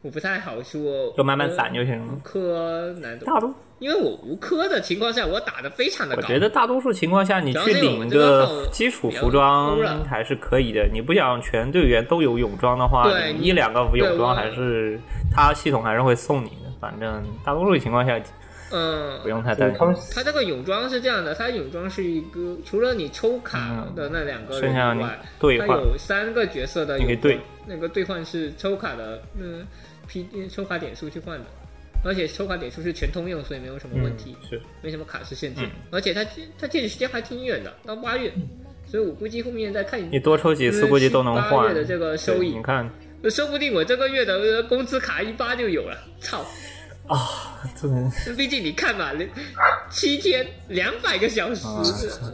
我不太好说。
就慢慢散就行
无
了。
科难度，
大多，
因为我无科的情况下，我打的非常的
我
高。
觉得大多数情况下，你去领一个基础服装还是可以的。你不想全队员都有泳装的话，
对
你一两个泳装还是它系统还是会送你的。反正大多数情况下
嗯
不，用太
对
担
他们
心。
它这个泳装是这样的，它泳装是一个除了你抽卡的那两个
嗯剩
人
下
以
你
外，
兑
它
换，
有三个角色的
你可以
有
兑
那个兑换是抽卡的，嗯，P 抽卡点数去换的，而且抽卡点数是全通用，所以没有什么问题，
嗯是
没什么卡池限制，
嗯
而且它它截止时间还挺远的，到八月，所以我估计后面再看
你多抽几次估计都能
八
换
月。的这个收
对
益
你，看，
呃说不定我这个月的呃工资卡一发就有了，操！
这
毕竟你看嘛，连七天两百个小时
啊，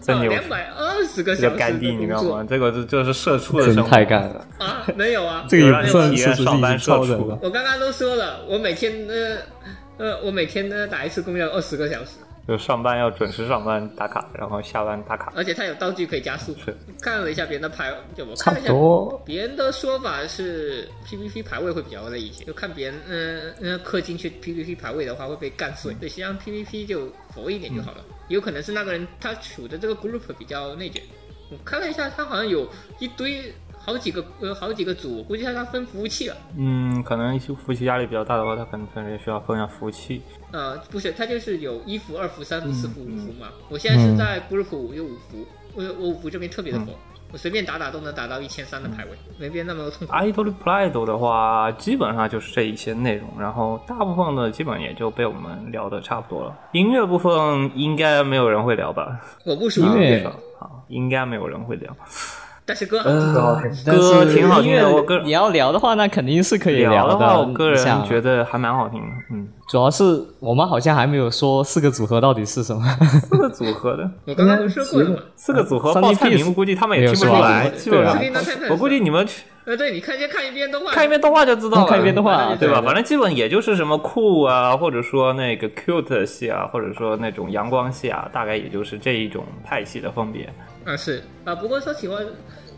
真牛
两百二十个
这
小
叫
时
干地，
的
你
工
知道
作
吗？这个就就是社畜的
真
生活，
太干了，
啊，没有啊，
这个
让
也算
你体
是
验
是
上
已
班
经
社
超人
畜
了。
我刚刚都说了，我每天呃呃，我每天呢打一次工要二十个小时，
就上班要准时上班打卡，然后下班打卡。
而且它有道具可以加速
是。
看了一下别人的排，就我
差
看了
不
一下
多，
别人的说法是 PVP 排位会比较累一些，就看别人嗯嗯氪金去 PVP 排位的话会被干
嗯
碎，对，实际上 PVP 就佛一点就好了。有可能是那个人他处的这个 group 比较内卷。我看了一下，他好像有一堆好几个呃好几个组，我估计他他分服务器了。
嗯，可能服务器压力比较大的话，他可能平时也需要分下服务器。
呃，不是，它就是有一服、二服、三服、四服、五
嗯
服嘛。我现在是
嗯
在 group 五有五服，我我五服这边特别的
嗯
火，我随便打打都能打到一千三的排位，没别人那么痛苦。
Idol Pride 的话，基本上就是这一些内容，然后大部分的基本也就被我们聊的差不多了。音乐部分应该没有人会聊吧？
我不熟
音乐
好，应该没有人会聊。
但是歌好听。
挺好
呃
听，
歌挺好听的
但是
我个人
你要聊的话，那肯定是可以
聊
的。
的话，我个
你想
人觉得还蛮好听的。嗯，
主要是我们好像还没有说四个组合到底是什么。
四个组合的，
我刚刚不是说过了吗？
四个组合
三
报
D
菜
piece
名，估计他们也
呃没有
听不
是吧
出来。
对啊
基本上
最近能看看，
我估计你们去
呃，对，你看先看一 遍动画，
看一遍动画就知道了。
看一遍动画，
哎对吧？
对
反正基本也就是什么酷啊，或者说那个 cute 系啊，或者说那种阳光系啊，大概也就是这一种派系的分别。
啊是啊，不过说起话，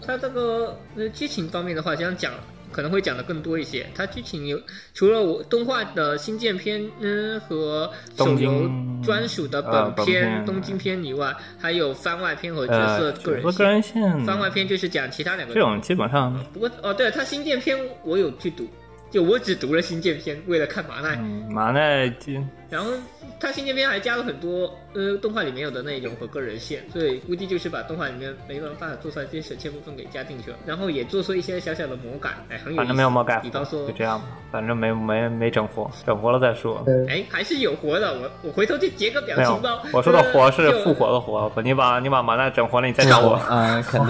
它这个呃剧情方面的话，这样讲可能会讲的更多一些。它剧情有除了我动画的新建篇嗯和手
东
游
京
专属的
啊
本
本
片
片
东京篇以外，还有番外篇和角色
呃，
个人
角色
线
个人线
番外篇就是讲其他两个
这种基本上，
不过哦，对，他新建篇我有去读，就我只读了新建篇，为了看麻奈。
嗯，麻奈基
然后他新建篇还加了很多呃动画里面有的内容和个人线，所以估计就是把动画里面没办法做出来这些省切部分给加进去了，然后也做出一些小小的魔改，哎，很有意思。
反正没有魔改
比方说
就，这样吧，反正没没没整活，整活了再说。
哎，还是有活的，我我回头去截个表
没有
情包。，
我说的
呃
活是
就
复活的活，不你把你把麻奈整活了，你再
那
找
我
我。
啊，肯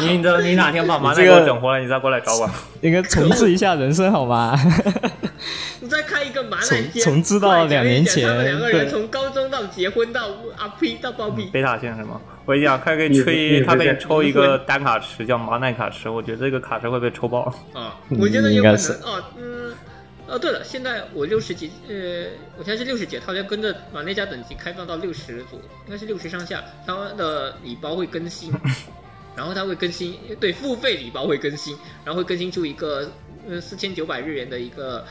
定
你等你哪天把麻奈
这
给
个
我整活了，你再过来找我。
应该重置一下人生好吗？
你再看一个麻奈
从
篇，
从知道
快讲一
两年
讲他们
前
两个人
对
从高中到结婚到阿 P 到包庇，
贝塔线是吗？我跟你讲，他给你
你
吹，
你
他给
这
你抽一个单卡池，叫麻奈卡池，我觉得这个卡池会被抽爆。
啊，我觉得
应
有可
该
能
是
哦，嗯，哦，对了，现在我六十级，呃，我现在是六十级，它好像跟着马内加等级开放到六十左右，应该是六十上下，它的礼包会更新，然后它会更新，对，付费礼包会更新，然后会更新出一个，嗯、呃，四千九百日元的一个，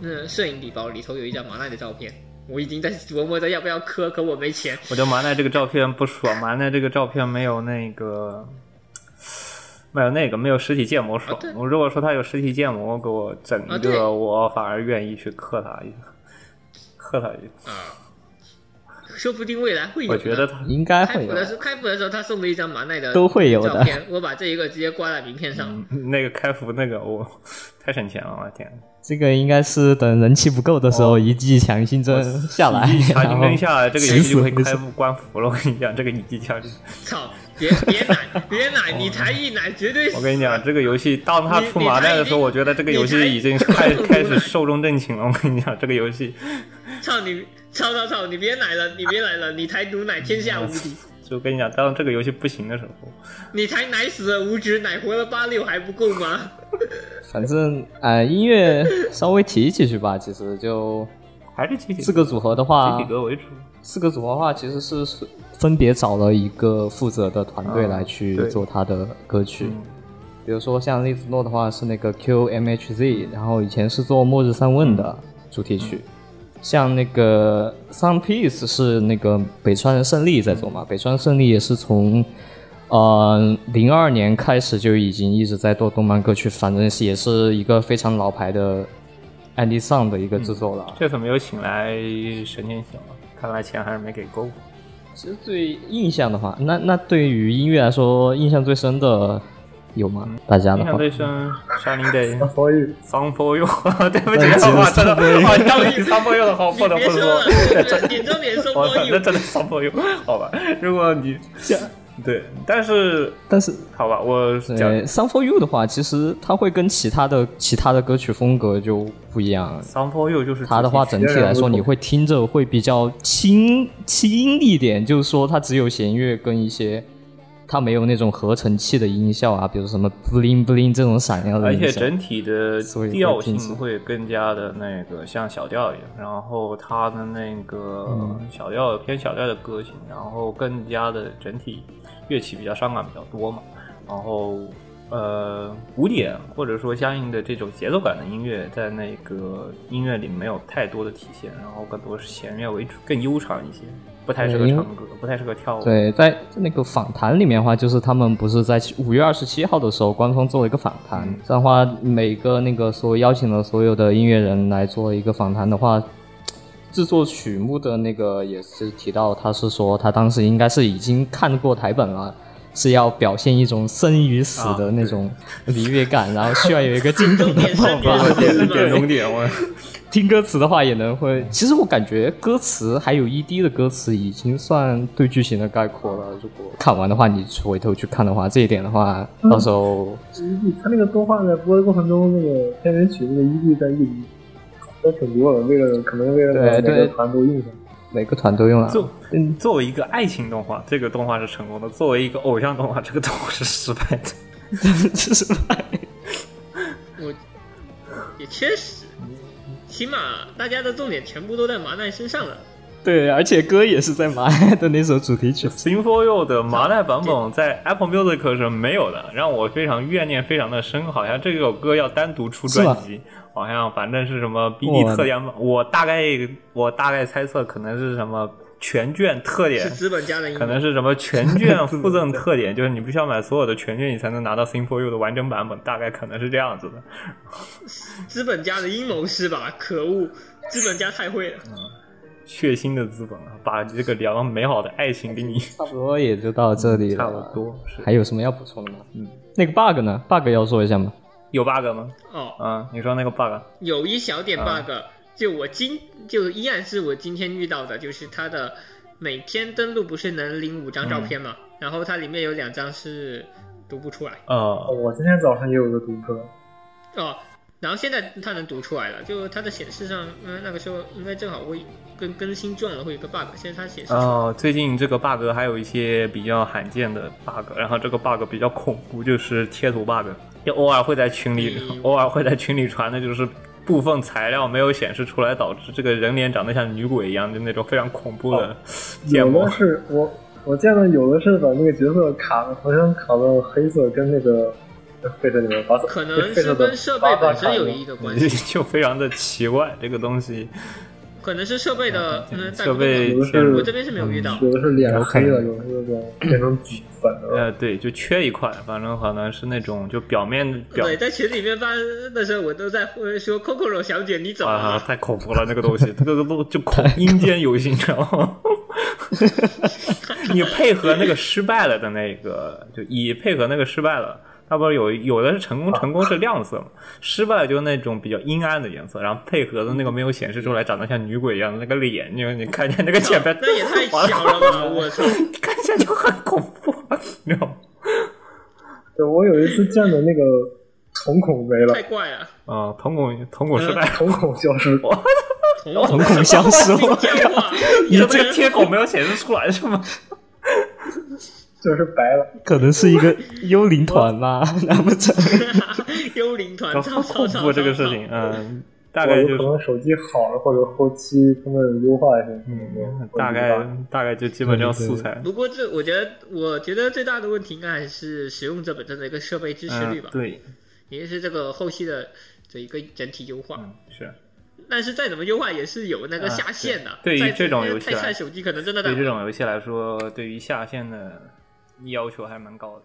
嗯、摄影礼包，里头有一张马奈的照片。我已经在琢磨着要不要磕，可我没钱。
我觉得麻奈这个照片不爽，麻奈这个照片没有那个，没有那个，没有实体建模爽
啊对。
我如果说他有实体建模，给我整
啊
一
对
个，我反而愿意去克他一下，克他一下。
说不定未来会有
我
呢。
觉得 他
应该
开
会
服
有，
哎
的时候，开服的时候他送了一张马奈的
都会有
照
的。
片，我把这一个直接挂在名片上。
那个开服那个，我太省钱了，我的天！
这个应该是等人气不够的时候，一剂强心针下来，
哦一强
然
行
后
扔下来，这个游
死
戏就
哎死
会
没
开
事。
服关服了。我跟你讲，这个一级强行。
操，别别奶，别 奶，你才一奶绝对死。
哦我跟你讲，这个游戏当他
你
出
你
麻
才
袋
已
的时候，
经
我觉得这个
你
游戏
才
已 经开
出
开始
来
寿终正寝了。我跟你讲，这个游戏
操你，操操操，你别奶了，你别奶了，你才毒奶天下无 敌，
就跟你讲，当这个游戏不行的时候，
你才奶死了五指，奶活了八六还不够吗？
反正呃，音乐稍微提几句吧。其 实就
还是集体
四个组啊合的话
集体，格为主。
四个组合的话，其实是是分别找了一个负责的团队来去
啊对
做他的歌曲。
嗯
比如说像栗子诺的话是那个 QMHZ，然后以前是做《末日三问》的
嗯
主题曲。像那个 Sun Piece 是那个北川人胜利在做嘛，北川胜利也是从呃零二年开始就已经一直在做动漫歌曲，反正是也是一个非常老牌的 Andy Sun 的一个制作了。
这次没有请来神仙行了，看来钱还是没给够。
其实最印象的话，那那对于音乐来说，印象最深的有吗？大家
嗯
的
印象
话，
最深，山林得
所以
桑波佑， 对不起
对不，起
我真的，我到底桑波佑的好，
你
不能
别
不
说
说
了，，我 这点中点送
我
过
操，那
有。
真的桑波佑，好吧？如果 你对，但是
但是
好吧，我讲
对《Song for You》的话，其实它会跟其他的其他的歌曲风格就不一样。
桑波佑就是
它的话，
啊
整体
截然
来
不
说，
同
你会听着会比较轻轻一点，就是说它只有弦乐跟一些，它没有那种合成器的音效啊，比如什么 bling bling 这种闪耀的
而
音
且
效。啊
整体的
嗯所以会
调
听起
性会更加的那个像小调一样，然后它的那个
嗯
小调偏小调的歌型，然后更加的整体乐器比较伤感比较多嘛，然后呃鼓点或者说相应的这种节奏感的音乐在那个音乐里没有太多的体现，然后更多是弦乐为主，更悠长一些，不太适合
对因
唱
为
歌，不太适合跳舞。
对，在那个访谈里面的话，就是他们不是在五月二十七号的时候，官方做了一个访谈。这样的话，每个那个所有邀请了所有的音乐人来做一个访谈的话，制作曲目的那个也是提到，他是说他当时应该是已经看过台本了。是要表现一种生与死
啊
的那种离别感，然后需要有一个惊动的
点
爆
生
发。
点
点死
点
嘛
终点，我
听歌词的话也能会。其实我感觉歌词还有 ED 的歌词已经算对剧情的概括了。如果看完的话，你回头去看的话，这一点的话，到时候
他那个动画在播的过程中，那个片尾曲那个 ED 在用，都挺多的。为了可能为了
对
把每
对
个团都用上，
每个团都用了。
啊就
嗯，
作为一个爱情动画，这个动画是成功的；作为一个偶像动画，这个动画是失败的。。
这是
我也确实，起码大家的重点全部都在麻奈身上了。
对，而且歌也是在马来的那首主题曲
Sing for You 的麻奈版本在 Apple Music 是没有的，让我非常怨念非常的深。好像这首歌要单独出专辑，好像反正是什么 BD
哇
特点版，我大概我大概猜测可能是什么全卷特点
是，资本家的阴谋
可能是什么全卷附赠特点，就是你必须要买所有的全卷，你才能拿到 Sing for You 的完整版本，大概可能是这样子的。
资本家的阴谋是吧？ 可恶，资本家太会了。
血腥的资本啊，把这个聊美好的爱情给你
差不多也就到这里了，
差不。多是
还有什么要补充的吗？嗯，那个 bug 呢？bug 要说一下吗？
有 bug 吗？
哦，
啊，你说那个 bug
有一小点
啊
bug，、就我今就依然是我今天遇到的，就是它的每天登录不是能领五张照片
嗯
吗？然后它里面有两张是读不出来
呃，
哦我今天早上也有个读者，
哦。然后现在它能读出来了，就它的显示上，嗯，那个时候应该正好会跟更新撞了，会有个 bug。现在它显示出来了
呃，最近这个 bug 还有一些比较罕见的 bug，然后这个 bug 比较恐怖，就是贴图 bug，就偶尔会在群里
嗯，
偶尔会在群里传的，就是部分材料没有显示出来，导致这个人脸长得像女鬼一样，就那种非常恐怖的建
有
模
的。是我我见到有的是把那个角色卡的头身卡到黑色跟那个 Fate 里面，把
可能是跟设备本身有一个 关系，
就非常的奇怪，这个东西
可能是设备的嗯带
设
不动吧
备嗯
有的
嵌
是
入
我这边是没有遇到。
有的是脸是黑的，有的是变成紫粉的。
呃，对，就缺一块，反正可能是那种就表面表
对，在群里面发的时候，我都在呃说 “Coco 小姐，你怎么
啊，
了
太恐怖了，那个东西，这个都就恐阴间游戏，你知道吗？ 你配合那个失败了的那个，就以配合那个失败了，它不是有有的是成功，成功是亮色嘛，失败了就是那种比较阴暗的颜色，然后配合的那个没有显示出来，长得像女鬼一样的那个脸，你你看见那个前面，
那也太小了吧！我操，
看起来就很恐怖，你知道吗？
对，我有一次见的那个瞳孔没了
太，怪了！
啊，瞳孔瞳孔失败，
瞳孔消失。
瞳，
瞳孔消失
讲话，
你
有
这
没
个
有
贴孔没有显示出来是吗？
就是白了，
可能是一个幽灵团吧， 难不成？
幽灵团
很
操操
恐
操
怖啊
操
这个事
操
情，嗯，大
我
概就
有
是
可。能手机好了，或者后期他们优化一下。
嗯
嗯，
大概大概就基本这样素材。
不过这，我觉得，我觉得最大的问题应该还是使用者本身的一个设备支持率
嗯
吧，，
对，
也就是这个后期的这一个整体优化。
嗯，是
但是再怎么优化，也是有那个
啊
下限的。
对对于
再
这种游戏
太
来
菜手机可能真的打
对
不
这种游戏来说，对于下线的要求还蛮高的。